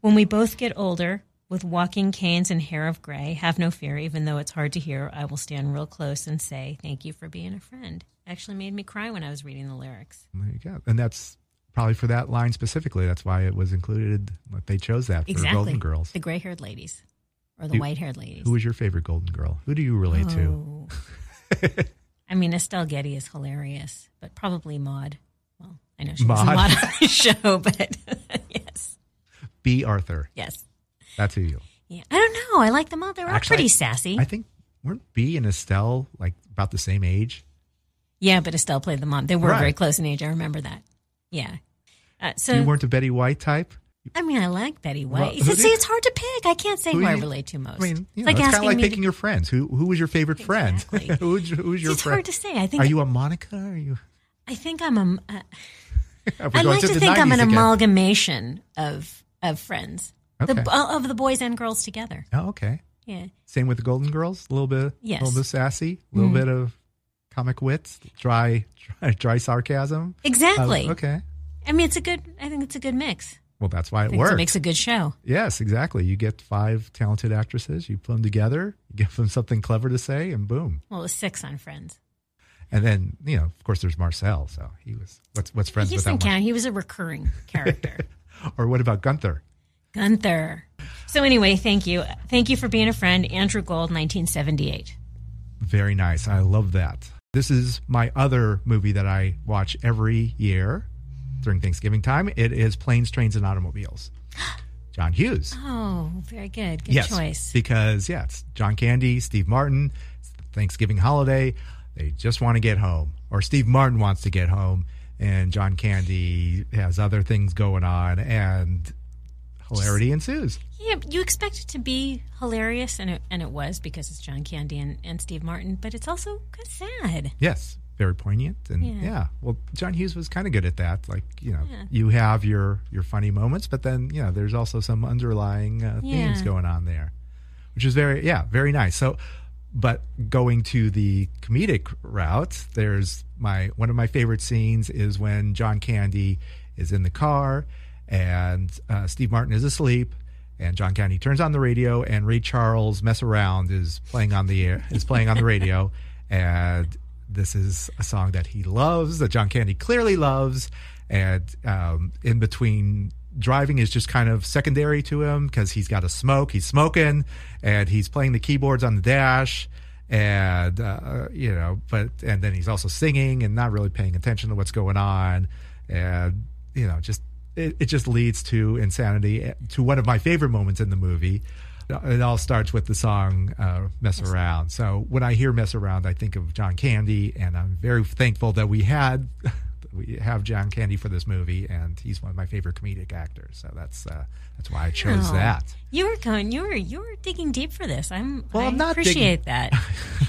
Speaker 5: when we both get older, with walking canes and hair of gray, have no fear, even though it's hard to hear. I will stand real close and say thank you for being a friend. Actually, made me cry when I was reading the lyrics.
Speaker 4: There you go. And that's probably for that line specifically. That's why it was included. That they chose that for
Speaker 5: exactly,
Speaker 4: Golden Girls.
Speaker 5: the gray-haired ladies or the
Speaker 4: You-
Speaker 5: white-haired ladies.
Speaker 4: Who was your favorite Golden Girl? Who do you relate to?
Speaker 5: Oh. I mean, Estelle Getty is hilarious, but probably Maud. Well, I know she was
Speaker 4: Maude.
Speaker 5: Maud on the show, but yes,
Speaker 4: B. Arthur.
Speaker 5: yes.
Speaker 4: That's who you.
Speaker 5: Yeah. I don't know. I like them all. They're all
Speaker 4: Actually,
Speaker 5: pretty
Speaker 4: I-
Speaker 5: sassy.
Speaker 4: I think weren't B and Estelle like about the same age?
Speaker 5: yeah, but Estelle played the mom. They were
Speaker 4: Right.
Speaker 5: very close in age. I remember that. Yeah. Uh,
Speaker 4: you
Speaker 5: so,
Speaker 4: weren't a Betty White type.
Speaker 5: I mean, I like Betty
Speaker 4: Well,
Speaker 5: White.
Speaker 4: who do
Speaker 5: See,
Speaker 4: you-
Speaker 5: it's hard to pick. I can't say
Speaker 4: Who
Speaker 5: who, I
Speaker 4: you-
Speaker 5: relate to most.
Speaker 4: I mean,
Speaker 5: it's
Speaker 4: you know,
Speaker 5: like
Speaker 4: it's kind of
Speaker 5: asking
Speaker 4: like
Speaker 5: me.
Speaker 4: picking
Speaker 5: to-
Speaker 4: your friends. Who who was your favorite friend?
Speaker 5: Exactly.
Speaker 4: who's who's your
Speaker 5: it's
Speaker 4: friend?
Speaker 5: hard to say. I think.
Speaker 4: Are you a Monica? Are you?
Speaker 5: I think I'm a. Uh,
Speaker 4: We're
Speaker 5: I
Speaker 4: going
Speaker 5: like
Speaker 4: to
Speaker 5: to
Speaker 4: the
Speaker 5: think I'm
Speaker 4: 90s
Speaker 5: an
Speaker 4: again.
Speaker 5: amalgamation of of friends,
Speaker 4: Okay.
Speaker 5: the, uh, of the boys and girls together.
Speaker 4: Oh, okay.
Speaker 5: Yeah,
Speaker 4: Same with the Golden Girls. A little bit.
Speaker 5: Yes. Mm.
Speaker 4: A little bit sassy. A little bit of comic wit. Dry, dry, dry sarcasm.
Speaker 5: exactly.
Speaker 4: Uh, okay.
Speaker 5: I mean, it's a good. I think it's a good mix.
Speaker 4: Well, that's why
Speaker 5: I
Speaker 4: it
Speaker 5: think
Speaker 4: works.
Speaker 5: it makes a good show.
Speaker 4: yes, exactly. You get five talented actresses. You put them together. You give them something clever to say, and boom.
Speaker 5: Well, it was six on Friends.
Speaker 4: And then you know, of course, there's Marcel. So he was what's what's friends
Speaker 5: he
Speaker 4: with
Speaker 5: doesn't
Speaker 4: that
Speaker 5: count. He was a recurring character,
Speaker 4: Or what about Gunther?
Speaker 5: Gunther. So anyway, thank you, thank you for being a friend, Andrew Gold, 1978.
Speaker 4: Very nice. I love that. This is my other movie that I watch every year during Thanksgiving time. It is Planes, Trains, and Automobiles. John Hughes.
Speaker 5: Oh, very good. Good
Speaker 4: yes,
Speaker 5: choice.
Speaker 4: Because, yeah, it's John Candy, Steve Martin. It's the Thanksgiving holiday. They just want to get home, or Steve Martin wants to get home, and John Candy has other things going on, and hilarity ensues.
Speaker 5: Yeah, you expect it to be hilarious, and it, and it was because it's John Candy and, and Steve Martin, but it's also kind of sad.
Speaker 4: Yes, very poignant, and yeah.
Speaker 5: Yeah.
Speaker 4: Well, John Hughes was kind of good at that. Like you know, you have your your funny moments, but then you know, there's also some underlying uh, themes
Speaker 5: Yeah.
Speaker 4: going on there, which is very yeah, very nice. So, but going to the comedic route, there's my one of my favorite scenes is when John Candy is in the car and uh, Steve Martin is asleep. And John Candy turns on the radio, and Ray Charles mess around is playing on the air, is playing on the radio, and this is a song that he loves, that John Candy clearly loves, and um, in between driving is just kind of secondary to him because he's got a smoke, he's smoking, and he's playing the keyboards on the dash, and uh, you know, but and then he's also singing and not really paying attention to what's going on, and you know, just it, it just leads to insanity, eh, to one of my favorite moments in the movie. Uh, It all starts with the song uh, Mess Around. So when I hear Mess Around, I think of John Candy, and I'm very thankful that we had. We have John Candy for this movie, and he's one of my favorite comedic actors. So that's uh, that's why I chose
Speaker 5: Oh.
Speaker 4: that.
Speaker 5: You were going. You were you were digging deep for this. I'm.
Speaker 4: Well,
Speaker 5: I
Speaker 4: I'm not
Speaker 5: appreciate that.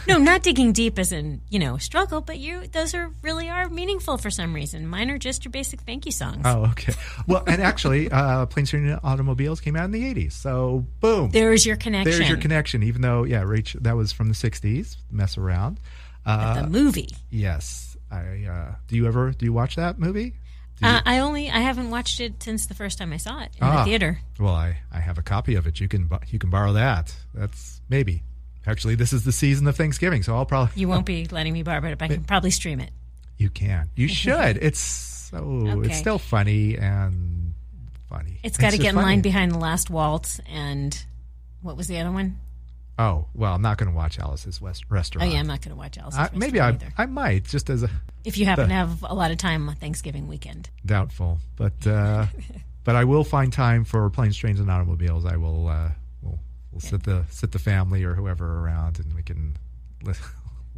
Speaker 5: no, not digging deep as in you know struggle, but you those are really are meaningful for some reason. Mine are just your basic thank you songs.
Speaker 4: Oh, okay. Well, and actually, uh, Planes, Trains, and Automobiles came out in the '80s. So boom,
Speaker 5: There's your connection.
Speaker 4: there's your connection. Even though, yeah, Rach, that was from the '60s. Mess Around. Uh,
Speaker 5: The movie.
Speaker 4: Yes. I uh, do you ever do you watch that movie? Do you-
Speaker 5: Uh, I only I haven't watched it since the first time I saw it in
Speaker 4: Ah.
Speaker 5: the theater.
Speaker 4: well, I, I have a copy of it. You can bu- you can borrow that. That's maybe. Actually, this is the season of Thanksgiving, so I'll probably
Speaker 5: You won't be letting me borrow it, but I can probably stream it.
Speaker 4: you can. You should. It's so
Speaker 5: Okay.
Speaker 4: it's still funny and funny.
Speaker 5: It's got to
Speaker 4: just
Speaker 5: get in line
Speaker 4: funny.
Speaker 5: behind the last waltz and what was the other one?
Speaker 4: Oh, well, I'm not going to watch Alice's West
Speaker 5: Oh
Speaker 4: Restaurant.
Speaker 5: yeah, I'm not going to watch Alice's.
Speaker 4: I,
Speaker 5: Restaurant
Speaker 4: Uh, maybe I
Speaker 5: either.
Speaker 4: I might just as a
Speaker 5: if you happen to
Speaker 4: the-
Speaker 5: have a lot of time on Thanksgiving weekend.
Speaker 4: doubtful, but uh but I will find time for planes, trains, and automobiles. I will uh, we'll, we'll sit the sit the family or whoever around, and we can. listen.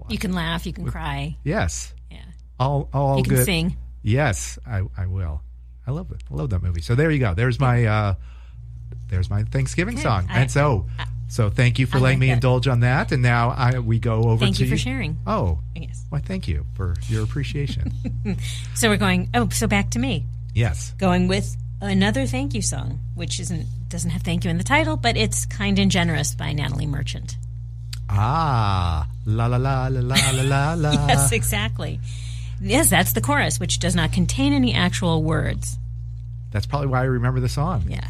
Speaker 5: You can laugh, you can cry.
Speaker 4: Yes.
Speaker 5: Yeah.
Speaker 4: All all
Speaker 5: You can
Speaker 4: Oh, good.
Speaker 5: sing.
Speaker 4: Yes, I I will. I love it. I love that movie. So there you go. There's my uh there's my Thanksgiving
Speaker 5: Good.
Speaker 4: song.
Speaker 5: I-
Speaker 4: and so so thank you for letting me indulge on that. And now I we go over
Speaker 5: Thank
Speaker 4: to
Speaker 5: you for sharing.
Speaker 4: Oh.
Speaker 5: Yes.
Speaker 4: Why thank you for your appreciation.
Speaker 5: So we're going. Oh, so back to me.
Speaker 4: yes.
Speaker 5: Going with another thank you song, which isn't doesn't have thank you in the title, but it's "Kind and Generous" by Natalie Merchant.
Speaker 4: Ah la la la la la la la la
Speaker 5: yes, exactly. Yes, that's the chorus, which does not contain any actual words.
Speaker 4: That's probably why I remember the song.
Speaker 5: Yeah.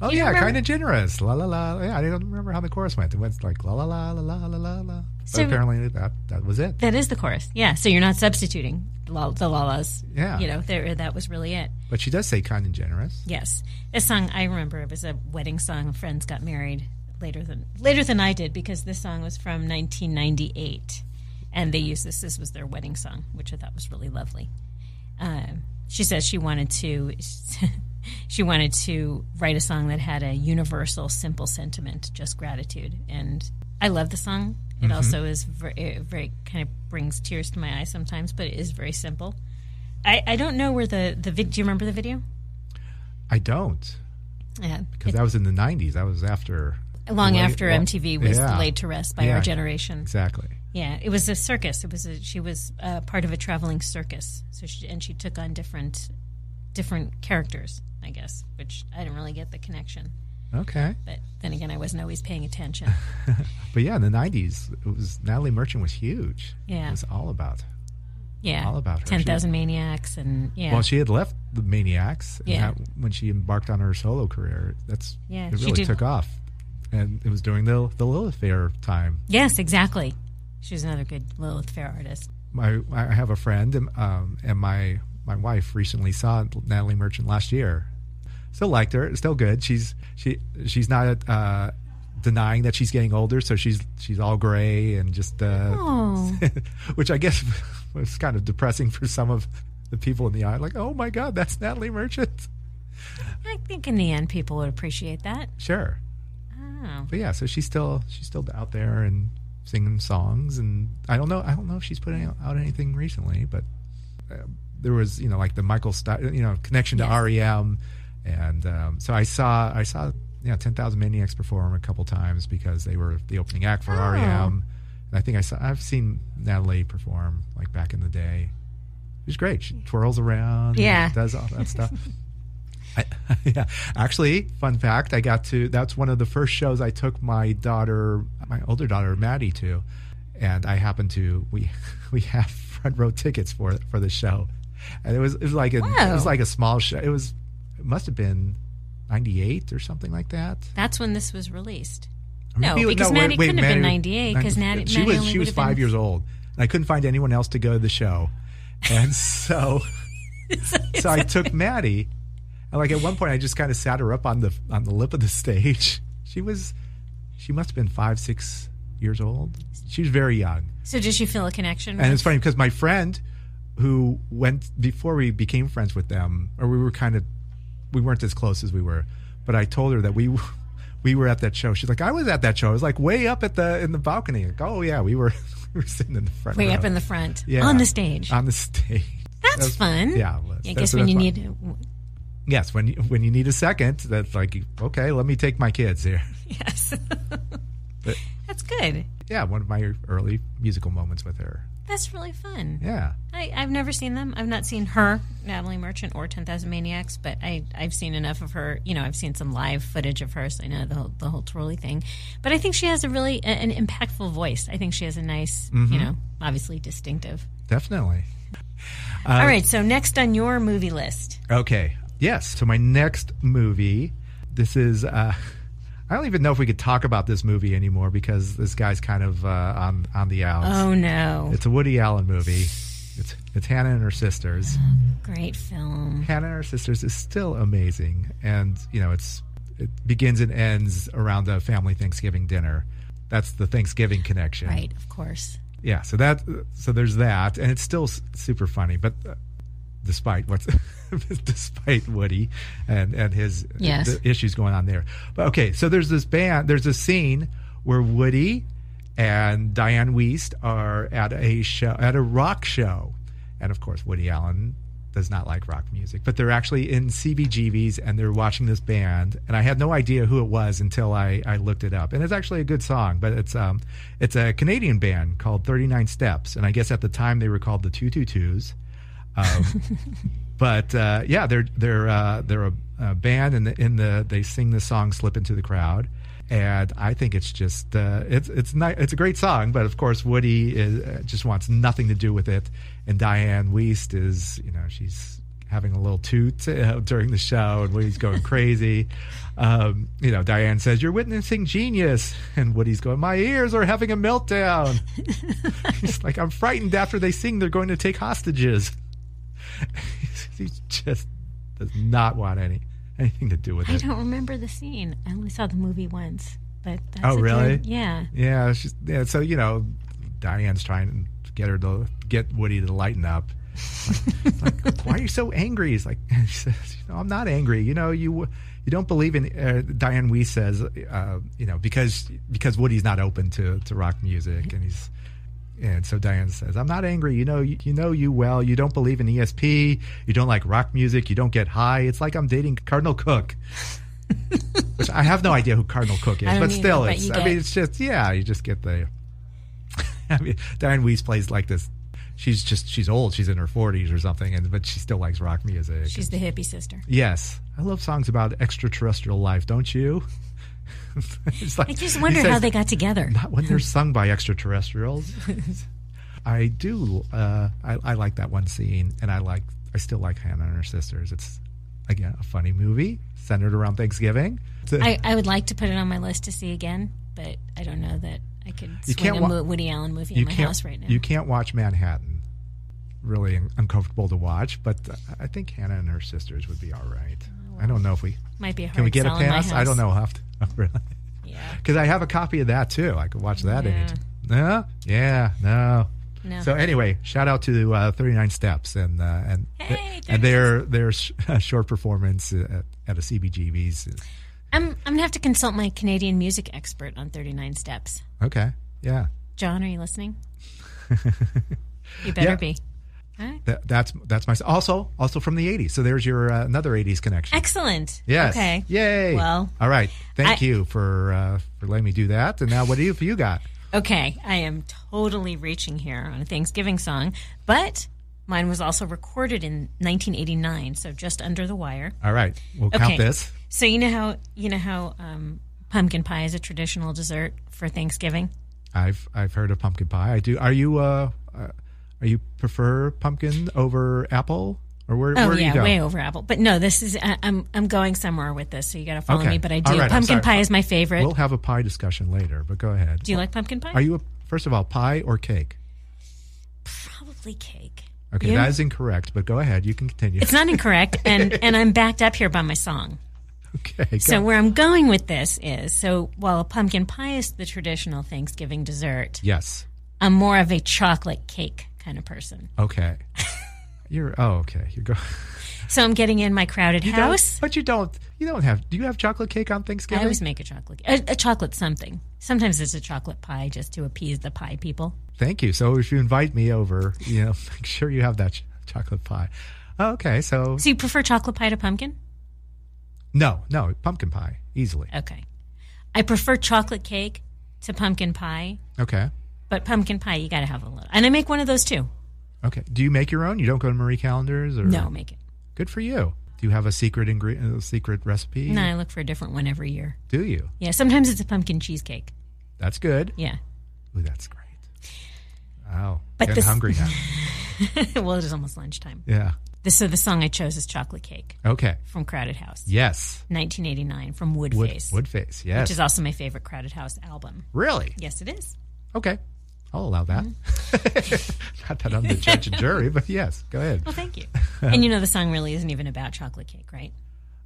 Speaker 4: Oh
Speaker 5: You
Speaker 4: yeah,
Speaker 5: remember-
Speaker 4: kind of generous. La la la. Yeah, I don't remember how the chorus went. It went like la la la la la la la la.
Speaker 5: So-
Speaker 4: but apparently that that was it.
Speaker 5: That is the chorus. Yeah. So you're not substituting la- the lalas.
Speaker 4: Yeah.
Speaker 5: You know, there, that was really it.
Speaker 4: But she does say kind and generous.
Speaker 5: Yes. This song I remember it was a wedding song. Friends got married later than later than I did because this song was from 1998, and they used this. This was their wedding song, which I thought was really lovely. Um, she says she wanted to. She wanted to write a song that had a universal, simple sentiment, just gratitude. And I love the song. It also is very, it very kind of brings tears to my eyes sometimes, but it is very simple. I, I don't know where the the vid, do you remember the video?
Speaker 4: I don't.
Speaker 5: Yeah,
Speaker 4: because that was in the 90s. That was after.
Speaker 5: long
Speaker 4: late-
Speaker 5: after
Speaker 4: well,
Speaker 5: MTV was
Speaker 4: yeah.
Speaker 5: laid to rest by
Speaker 4: Yeah,
Speaker 5: our generation.
Speaker 4: Exactly.
Speaker 5: Yeah, it was a circus. It was a, she was uh, part of a traveling circus. So she and she took on different different characters, I guess, which I didn't really get the connection.
Speaker 4: Okay.
Speaker 5: But then again, I wasn't always paying attention.
Speaker 4: But yeah, in the 90s, it was Natalie Merchant was huge.
Speaker 5: Yeah.
Speaker 4: It was all about.
Speaker 5: Yeah,
Speaker 4: All about her.
Speaker 5: ten thousand maniacs and yeah,
Speaker 4: Well, she had left the Maniacs. and
Speaker 5: Yeah.
Speaker 4: that- when she embarked on her solo career, that's
Speaker 5: Yeah,
Speaker 4: it
Speaker 5: she
Speaker 4: really
Speaker 5: did-
Speaker 4: took off. And it was during the the Lilith Fair time.
Speaker 5: yes, exactly. She was another good Lilith Fair artist.
Speaker 4: my I have a friend and, um, and my my wife recently saw Natalie Merchant last year. Still liked her. Still good. She's she she's not uh, denying that she's getting older. So she's she's all gray and just uh,
Speaker 5: Oh,
Speaker 4: which I guess was kind of depressing for some of the people in the eye. Like, oh my God, that's Natalie Merchant.
Speaker 5: I think in the end, people would appreciate that.
Speaker 4: Sure,
Speaker 5: Oh,
Speaker 4: but yeah. So she's still she's still out there and singing songs. And I don't know I don't know if she's putting out anything recently, but uh, there was you know like the Michael Stipe, you know connection to REM, and um, so I saw I saw you know Ten Thousand Maniacs perform a couple times because they were the opening act
Speaker 5: Oh.
Speaker 4: for REM, and I think I saw I've seen Natalie perform like back in the day. It was great. She twirls around,
Speaker 5: Yeah.
Speaker 4: and does all that stuff. I, yeah, actually, fun fact: I got to that's one of the first shows I took my daughter, my older daughter Maddie to, and I happened to we we have front row tickets for for the show, and it was it was like a it was
Speaker 5: Wow.
Speaker 4: like a small show. It was it must have been ninety eight or something like that.
Speaker 5: that's when this was released.
Speaker 4: Or
Speaker 5: No,
Speaker 4: maybe it-
Speaker 5: because Maddie couldn't have been
Speaker 4: Maddie-
Speaker 5: 98 because
Speaker 4: Maddie-
Speaker 5: Maddie-
Speaker 4: she
Speaker 5: Maddie
Speaker 4: was
Speaker 5: only
Speaker 4: she
Speaker 5: would
Speaker 4: was
Speaker 5: have
Speaker 4: five
Speaker 5: been-
Speaker 4: years old, and I couldn't find anyone else to go to the show, and so so I took Maddie, and like at one point I just kind of sat her up on the on the lip of the stage. She was she must have been five six years old. She was very young,
Speaker 5: So did she feel a connection?
Speaker 4: and
Speaker 5: with-
Speaker 4: it's funny because my friend who went before we became friends with them, or we were kind of we weren't as close as we were, but I told her that we we were at that show. She's like, I was at that show. I was like way up at the in the balcony. Like, oh yeah, we were we were sitting in the front.
Speaker 5: way
Speaker 4: row.
Speaker 5: up in the front
Speaker 4: Yeah.
Speaker 5: on the stage.
Speaker 4: On the stage.
Speaker 5: that's, fun.
Speaker 4: yeah, it was.
Speaker 5: I
Speaker 4: That's
Speaker 5: guess
Speaker 4: what
Speaker 5: when you
Speaker 4: that's
Speaker 5: need
Speaker 4: Yes, when you, when you need a second, that's like okay, let me take my kids here.
Speaker 5: yes, that's good.
Speaker 4: Yeah, one of my early musical moments with her.
Speaker 5: That's really fun.
Speaker 4: Yeah.
Speaker 5: I, I've never seen them. I've not seen her, Natalie Merchant, or Ten Thousand Maniacs, but I I've seen enough of her. You know, I've seen some live footage of her, so I know the whole, the whole twirly thing. But I think she has a really a- an impactful voice. I think she has a nice,
Speaker 4: Mm-hmm.
Speaker 5: you know, obviously distinctive.
Speaker 4: Definitely. Uh,
Speaker 5: All right, so next on your movie list,
Speaker 4: Okay. Yes. So my next movie, this is. Uh, I don't even know if we could talk about this movie anymore because this guy's kind of uh, on on the outs.
Speaker 5: oh no,
Speaker 4: It's a Woody Allen movie. It's it's Hannah and her sisters.
Speaker 5: great film.
Speaker 4: Hannah and her sisters is still amazing, and you know it's it begins and ends around a family Thanksgiving dinner. That's the Thanksgiving connection,
Speaker 5: Right, of course.
Speaker 4: yeah so that so there's that and it's still s- super funny but uh, despite what's despite Woody and and his
Speaker 5: Yes.
Speaker 4: the issues going on there. But okay, so there's this band, there's a scene where Woody and Diane Weist are at a show at a rock show, and of course Woody Allen does not like rock music, but they're actually in CBGB's and they're watching this band, and I had no idea who it was until I I looked it up, and it's actually a good song, but it's um it's a Canadian band called Thirty Nine Steps, and I guess at the time they were called the Two Two Twos. Um, but uh, yeah, they're they're uh, they're a, a band, and the, in the they sing the song "Slip Into the Crowd," and I think it's just uh, it's it's ni- it's a great song, but of course Woody is, uh, just wants nothing to do with it, and Diane Weist is you know she's having a little toot uh, during the show, and Woody's going crazy. Um, you know, Diane says you're witnessing genius, and Woody's going, my ears are having a meltdown. He's like, I'm frightened. After they sing, they're going to take hostages he just does not want any anything to do with
Speaker 5: I
Speaker 4: it.
Speaker 5: don't remember the scene. I only saw the movie once, but that's
Speaker 4: Oh,
Speaker 5: a good-
Speaker 4: really?
Speaker 5: yeah.
Speaker 4: Yeah, she's, yeah. So you know, Diane's trying to get her to get Woody to lighten up. Like, like, why are you so angry? He's like, he says, you know, I'm not angry. You know, you you don't believe in uh, Diane Weiss says, uh, you know, because because Woody's not open to to rock music, and he's and so Diane says, I'm not angry. You know, you, you know you well. You don't believe in ESP. You don't like rock music. You don't get high. It's like I'm dating Cardinal Cook. Which I have no idea who Cardinal Cook is,
Speaker 5: I don't
Speaker 4: but
Speaker 5: either,
Speaker 4: still,
Speaker 5: but
Speaker 4: it's.
Speaker 5: you
Speaker 4: I mean,
Speaker 5: get-
Speaker 4: it's just yeah, you just get the. I mean, Diane Weiss plays like this. She's just she's old. She's in her forties or something, and but she still likes rock music.
Speaker 5: She's the hippie sister.
Speaker 4: yes, I love songs about extraterrestrial life. Don't you? It's like-
Speaker 5: I just
Speaker 4: he
Speaker 5: wonder how
Speaker 4: says,
Speaker 5: they got together.
Speaker 4: not when they're sung by extraterrestrials. I do. Uh, I, I like that one scene, and I like. I still like Hannah and her sisters. It's again a funny movie centered around Thanksgiving. It's a-
Speaker 5: I, I would like to put it on my list to see again, but I don't know that I could swing
Speaker 4: can't
Speaker 5: a
Speaker 4: wa-
Speaker 5: Mo- Woody Allen movie in my house right now.
Speaker 4: You can't watch Manhattan. Really un- uncomfortable to watch, but uh, I think Hannah and her sisters would be all right.
Speaker 5: Oh,
Speaker 4: I don't know if we
Speaker 5: Might be a hard
Speaker 4: can we get a
Speaker 5: sell in my
Speaker 4: pass. I
Speaker 5: house.
Speaker 4: don't know. I'll have to really
Speaker 5: Yeah.
Speaker 4: because I have a copy of that too. I could watch that
Speaker 5: Yeah.
Speaker 4: anytime. No, yeah, no.
Speaker 5: No.
Speaker 4: So anyway, shout out to uh, Thirty Nine Steps and uh, and
Speaker 5: Hey,
Speaker 4: and their their sh- short performance at, at a CBGB's. is-
Speaker 5: I'm I'm gonna have to consult my Canadian music expert on 39 Steps.
Speaker 4: Okay, yeah.
Speaker 5: John, are you listening? you better
Speaker 4: Yeah.
Speaker 5: be. All right.
Speaker 4: That, that's that's my also also from the '80s. So there's your uh, another '80s connection.
Speaker 5: Excellent.
Speaker 4: Yes.
Speaker 5: Okay.
Speaker 4: Yay.
Speaker 5: Well.
Speaker 4: All right. Thank
Speaker 5: I-
Speaker 4: you for uh, for letting me do that. And now, what do you you got?
Speaker 5: Okay, I am totally reaching here on a Thanksgiving song, but mine was also recorded in 1989, so just under the wire.
Speaker 4: All right. We'll count
Speaker 5: Okay.
Speaker 4: this.
Speaker 5: So you know how you know how um, pumpkin pie is a traditional dessert for Thanksgiving.
Speaker 4: I've I've heard of pumpkin pie. I do. Are you uh, uh are you prefer pumpkin over apple or where
Speaker 5: Oh
Speaker 4: where do you
Speaker 5: yeah,
Speaker 4: go?
Speaker 5: way over apple. But no, this is I, I'm I'm going somewhere with this, so you got to follow
Speaker 4: Okay.
Speaker 5: me. But I
Speaker 4: All
Speaker 5: do
Speaker 4: right, I'm
Speaker 5: pumpkin
Speaker 4: sorry.
Speaker 5: pie is my favorite.
Speaker 4: We'll have a pie discussion later, but go ahead.
Speaker 5: do you like pumpkin pie?
Speaker 4: Are you a, first of all pie or cake?
Speaker 5: probably cake?
Speaker 4: Okay,
Speaker 5: You?
Speaker 4: that is incorrect, but go ahead. You can continue.
Speaker 5: It's not incorrect, and and I'm backed up here by my song.
Speaker 4: okay.
Speaker 5: So
Speaker 4: go.
Speaker 5: where I'm going with this is so while a pumpkin pie is the traditional Thanksgiving dessert,
Speaker 4: yes.
Speaker 5: I'm more of a chocolate cake kind of person.
Speaker 4: Okay. You're oh okay. You're going.
Speaker 5: So I'm getting in my crowded house.
Speaker 4: But you don't. You don't have. Do you have chocolate cake on Thanksgiving?
Speaker 5: I always make a chocolate a, a chocolate something. Sometimes it's a chocolate pie just to appease the pie people.
Speaker 4: Thank you. So if you invite me over, you know, make sure you have that ch- chocolate pie. Oh, Okay, so
Speaker 5: So you prefer chocolate pie to pumpkin?
Speaker 4: no, no, pumpkin pie easily.
Speaker 5: Okay. I prefer chocolate cake to pumpkin pie,
Speaker 4: Okay,
Speaker 5: but pumpkin pie you got to have a little. And I make one of those too.
Speaker 4: okay. Do you make your own? You don't go to Marie Callender's or
Speaker 5: No, I'll make it.
Speaker 4: Good for you. Do you have a secret ingredient, a secret recipe?
Speaker 5: No, I look for a different one every year.
Speaker 4: Do you?
Speaker 5: Yeah, sometimes it's a pumpkin cheesecake.
Speaker 4: That's good.
Speaker 5: Yeah.
Speaker 4: Ooh, that's great. Wow,
Speaker 5: But
Speaker 4: getting
Speaker 5: this-
Speaker 4: hungry now.
Speaker 5: well, it is almost lunchtime.
Speaker 4: yeah.
Speaker 5: The, so the song I chose is Chocolate Cake
Speaker 4: Okay.
Speaker 5: from Crowded House,
Speaker 4: Yes.
Speaker 5: 1989 from
Speaker 4: Wood
Speaker 5: Woodface,
Speaker 4: Woodface. Yes.
Speaker 5: which is also my favorite Crowded House album.
Speaker 4: really.
Speaker 5: Yes, it is.
Speaker 4: Okay. I'll allow that.
Speaker 5: Mm-hmm.
Speaker 4: Not that I'm the judge and jury, but yes, go ahead.
Speaker 5: Well, thank you. and you know the song really isn't even about chocolate cake, right?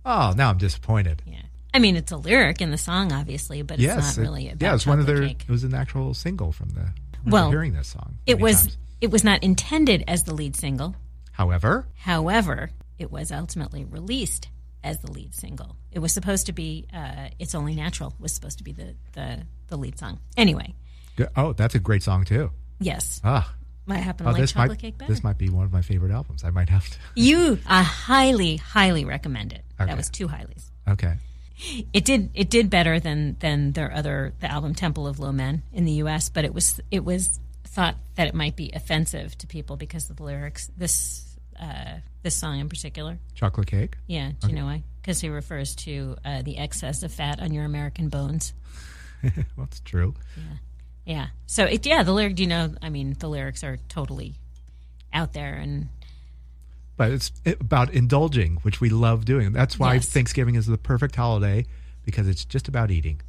Speaker 4: Oh, now I'm disappointed.
Speaker 5: Yeah. I mean, it's a lyric in the song, obviously, but
Speaker 4: yes,
Speaker 5: it's not really about
Speaker 4: yeah, it's one of
Speaker 5: chocolate
Speaker 4: their.
Speaker 5: cake.
Speaker 4: It was an actual single from the. I remember
Speaker 5: Well,
Speaker 4: hearing this song.
Speaker 5: It
Speaker 4: many
Speaker 5: was
Speaker 4: times.
Speaker 5: it was not intended as the lead single.
Speaker 4: However,
Speaker 5: However, it was ultimately released as the lead single. It was supposed to be uh, "It's Only Natural" was supposed to be the, the the lead song. Anyway,
Speaker 4: g- oh, that's a great song too.
Speaker 5: yes,
Speaker 4: Ah,
Speaker 5: I happen to
Speaker 4: oh,
Speaker 5: like
Speaker 4: this
Speaker 5: chocolate
Speaker 4: might
Speaker 5: cake better.
Speaker 4: this might be one of my favorite albums. I might have to.
Speaker 5: you, I highly, highly recommend it.
Speaker 4: Okay.
Speaker 5: That was two highlies.
Speaker 4: Okay,
Speaker 5: It did it did better than than their other the album Temple of Low Men in the U.S. But it was it was thought that it might be offensive to people because of the lyrics. This uh, this song in particular.
Speaker 4: chocolate cake.
Speaker 5: Yeah, do you know why? Because he refers to uh, the excess of fat on your American bones.
Speaker 4: well, it's true.
Speaker 5: Yeah. So it yeah the lyric. Do you know? I mean, the lyrics are totally out there and
Speaker 4: but it's about indulging, which we love doing. That's why
Speaker 5: Yes.
Speaker 4: Thanksgiving is the perfect holiday because it's just about eating.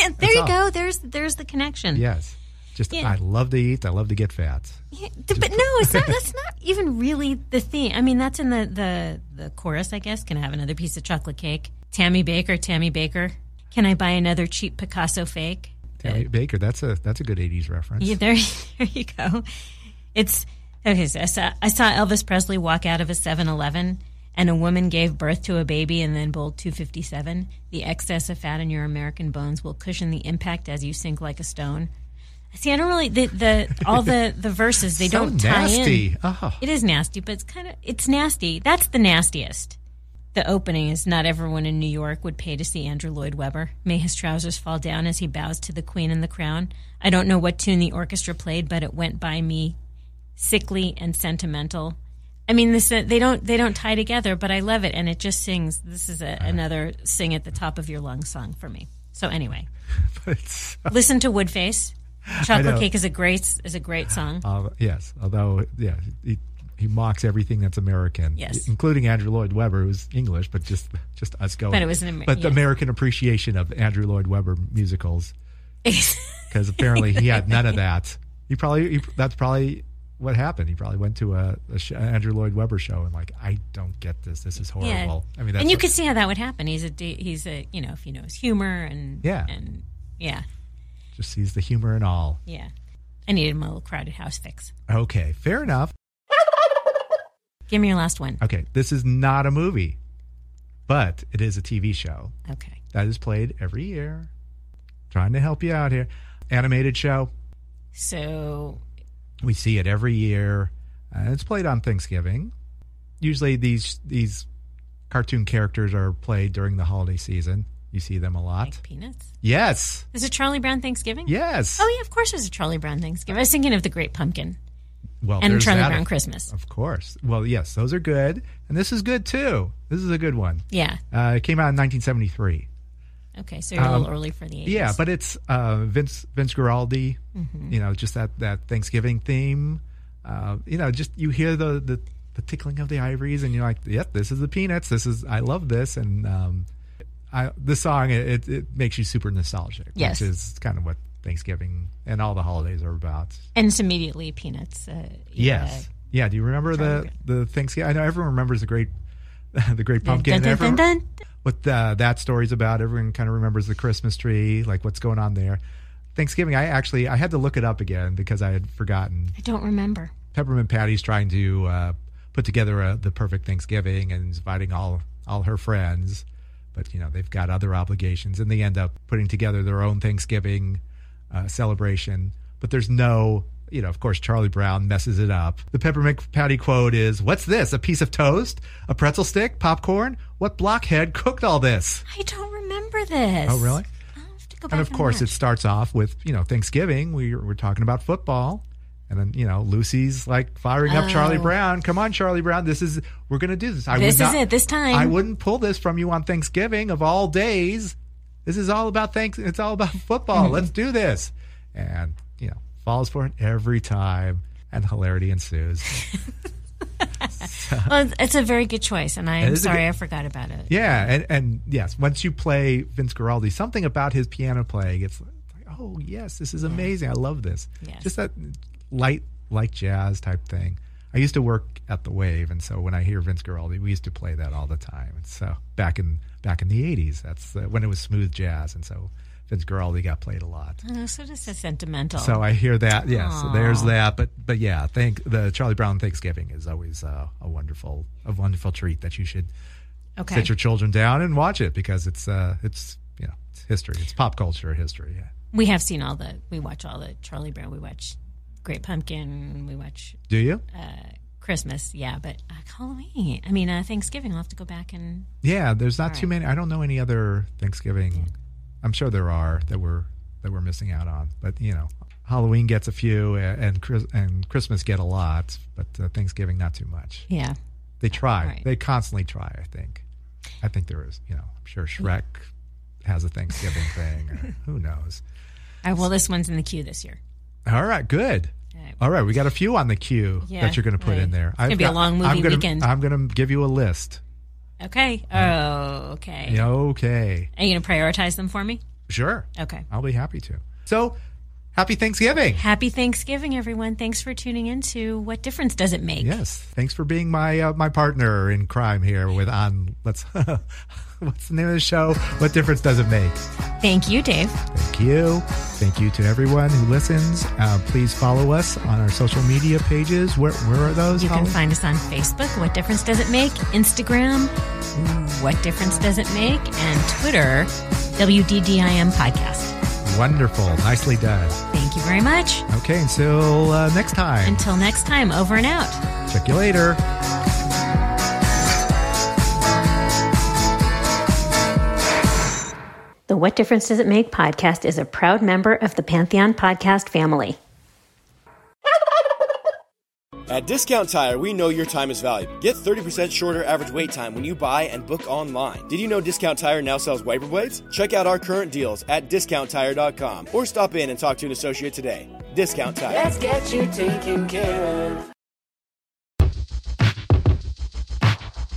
Speaker 5: and there you
Speaker 4: all.
Speaker 5: go. There's there's the connection.
Speaker 4: Yes. Just
Speaker 5: Yeah.
Speaker 4: I love to eat, I love to get fat.
Speaker 5: Yeah, th- but no, it's not. That's not even really the theme. I mean, that's in the the the chorus, I guess. Can I have another piece of chocolate cake? Tammy Baker, Tammy Baker. Can I buy another cheap Picasso fake?
Speaker 4: Tammy Baker, that's a that's a good 80s reference.
Speaker 5: Yeah, there, there you go. It's okay. So I saw, I saw Elvis Presley walk out of a 7-Eleven, and a woman gave birth to a baby, and then bowled two fifty seven. The excess of fat in your American bones will cushion the impact as you sink like a stone. See, I don't really the, the all the the verses they
Speaker 4: So
Speaker 5: don't tie
Speaker 4: nasty.
Speaker 5: in.
Speaker 4: Ah.
Speaker 5: It is nasty, but it's kind of it's nasty. That's the nastiest. The opening is not everyone in New York would pay to see Andrew Lloyd Webber. May his trousers fall down as he bows to the Queen and the Crown. I don't know what tune the orchestra played, but it went by me, sickly and sentimental. I mean, this they don't they don't tie together, but I love it, and it just sings. This is
Speaker 4: Uh-huh.
Speaker 5: a, another sing at the top of your lungs song for me. So anyway,
Speaker 4: But it's-
Speaker 5: listen to Woodface.
Speaker 4: know.
Speaker 5: Chocolate Cake is a great is a great song.
Speaker 4: uh, yes, although yeah, he, he mocks everything that's American,
Speaker 5: Yes.
Speaker 4: including Andrew Lloyd Webber, who's English, but just just us going.
Speaker 5: But it was an Amer-
Speaker 4: but the
Speaker 5: yeah.
Speaker 4: American appreciation of Andrew Lloyd Webber musicals because apparently he had none of that. He probably he, that's probably what happened. He probably went to a, a sh- Andrew Lloyd Webber show and like I don't get this. This is horrible. I mean, that's
Speaker 5: and you
Speaker 4: what-
Speaker 5: could see how that would happen. He's a d- he's a you know if you know his humor and
Speaker 4: Yeah.
Speaker 5: and yeah
Speaker 4: just sees the humor in all.
Speaker 5: yeah. I needed my little crowded house fix.
Speaker 4: Okay, fair enough.
Speaker 5: Give me your last one.
Speaker 4: Okay, this is not a movie, but it is a TV show.
Speaker 5: Okay.
Speaker 4: that is played every year. Trying to help you out here. Animated show.
Speaker 5: So
Speaker 4: We see it every year. Uh, it's played on Thanksgiving. Usually these these cartoon characters are played during the holiday season. You see them a lot.
Speaker 5: like peanuts.
Speaker 4: Yes.
Speaker 5: Is it Charlie Brown Thanksgiving?
Speaker 4: Yes.
Speaker 5: Oh yeah, of course it's a Charlie Brown Thanksgiving. I was thinking of the Great Pumpkin
Speaker 4: Well,
Speaker 5: and
Speaker 4: there's
Speaker 5: Charlie
Speaker 4: that.
Speaker 5: Brown Christmas.
Speaker 4: Of course. Well, yes, those are good. And this is good too. This is a good one.
Speaker 5: Yeah.
Speaker 4: Uh, it came out in 1973.
Speaker 5: Okay, so you're a little early for the 80s.
Speaker 4: Um, Yeah, but it's uh, Vince Vince Guaraldi.
Speaker 5: Mm-hmm.
Speaker 4: You know, just that that Thanksgiving theme. Uh, you know, just you hear the, the the tickling of the ivories, and you're like, "Yep, this is the Peanuts. This is I love this." And um, I the song it, it, it makes you super nostalgic,
Speaker 5: Yes.
Speaker 4: which is kind of what Thanksgiving and all the holidays are about.
Speaker 5: and it's immediately Peanuts. Uh,
Speaker 4: Yes. Yeah. Do you remember the the Thanksgiving? I know everyone remembers the great the great
Speaker 5: uh,
Speaker 4: pumpkin.
Speaker 5: dun, dun, dun,
Speaker 4: Everyone-
Speaker 5: dun.
Speaker 4: what the, that story's about. Everyone kind of remembers the Christmas tree, like what's going on there. Thanksgiving, I actually I had to look it up again because I had forgotten.
Speaker 5: I don't remember.
Speaker 4: Peppermint Patty's trying to uh, put together a, the perfect Thanksgiving and inviting all all her friends, but you know they've got other obligations, and they end up putting together their own Thanksgiving uh, celebration. But there's no, you know, of course Charlie Brown messes it up. The Peppermint Patty quote is, "What's this? A piece of toast? A pretzel stick? Popcorn? What blockhead cooked all this?"
Speaker 5: I don't remember this.
Speaker 4: Oh, really?
Speaker 5: I'll have to go back
Speaker 4: and of course
Speaker 5: watch.
Speaker 4: it starts off with you know thanksgiving we, we're talking about football and then you know lucy's like firing up charlie brown come on charlie brown this is we're gonna do this I
Speaker 5: Oh. This is it, this time.
Speaker 4: i wouldn't pull this from you on thanksgiving of all days this is all about thanks it's all about football let's do this and you know falls for it every time and hilarity ensues
Speaker 5: Well, it's- it's a very good choice, and
Speaker 4: It
Speaker 5: I'm
Speaker 4: is a
Speaker 5: sorry
Speaker 4: good-
Speaker 5: I forgot about it.
Speaker 4: Yeah, and, and yes, once you play Vince Guaraldi, something about his piano playing, it's like, oh yes, this is amazing. I love this.
Speaker 5: Yes.
Speaker 4: Just that light, like jazz type thing. I used to work at the Wave, and so when I hear Vince Guaraldi, we used to play that all the time. And so back in back in the '80s, that's uh, when it was smooth jazz, and so Vince Guaraldi got played a lot.
Speaker 5: Oh, so just a sentimental.
Speaker 4: So I hear that. Yes,
Speaker 5: Aw.
Speaker 4: there's that. But but yeah, thank the Charlie Brown Thanksgiving is always uh, a wonderful a wonderful treat that you should
Speaker 5: Okay.
Speaker 4: sit your children down and watch it because it's uh it's you know it's history. It's pop culture history. Yeah.
Speaker 5: we have seen all the. We watch all the Charlie Brown. We watch Great Pumpkin. We watch
Speaker 4: Do you?
Speaker 5: Christmas. Yeah, but uh, Halloween. I mean uh, Thanksgiving. I'll have to go back and
Speaker 4: Yeah, there's not too many. I don't know any other Thanksgiving. I'm sure there are that we're that we're missing out on, but you know, Halloween gets a few, a- and Chris, and Christmas get a lot, but uh, Thanksgiving not too much.
Speaker 5: yeah.
Speaker 4: They try.
Speaker 5: Right.
Speaker 4: They constantly try. I think. I think there is. You know, I'm sure Shrek has a Thanksgiving thing. Or who knows?
Speaker 5: I, Uh, well, this one's in the queue this year.
Speaker 4: All right, good.
Speaker 5: Alright.
Speaker 4: All right, we got a few on the queue
Speaker 5: Yeah,
Speaker 4: that you're going to put
Speaker 5: right.
Speaker 4: in there.
Speaker 5: It's gonna be a long movie
Speaker 4: I'm gonna,
Speaker 5: weekend.
Speaker 4: I'm going to give you a list.
Speaker 5: Okay. Oh, okay.
Speaker 4: Okay,
Speaker 5: Are you gonna prioritize them for me?
Speaker 4: sure.
Speaker 5: Okay.
Speaker 4: I'll be happy to. So, happy Thanksgiving.
Speaker 5: Happy Thanksgiving, everyone. Thanks for tuning in to What Difference Does It Make?
Speaker 4: Yes, thanks for being my uh, my partner in crime here with on let's what's the name of the show? What difference does it make?
Speaker 5: Thank you, Dave.
Speaker 4: Thank you. Thank you to everyone who listens. Uh, please follow us on our social media pages. Where where are those?
Speaker 5: You can
Speaker 4: Holly?
Speaker 5: find us on Facebook, What Difference Does It Make? Instagram, What Difference Does It Make? And Twitter, WDDIM Podcast.
Speaker 4: Wonderful, nicely done.
Speaker 5: Thank you very much.
Speaker 4: Okay, until uh, next time.
Speaker 5: Until next time, over and out.
Speaker 4: Check you later.
Speaker 3: The What Difference Does It Make podcast is a proud member of the Pantheon podcast family.
Speaker 6: At Discount Tire, we know your time is valuable. Get 30% shorter average wait time when you buy and book online. Did you know Discount Tire now sells wiper blades? Check out our current deals at discounttire.com or stop in and talk to an associate today. Discount Tire.
Speaker 7: Let's get you taken care of.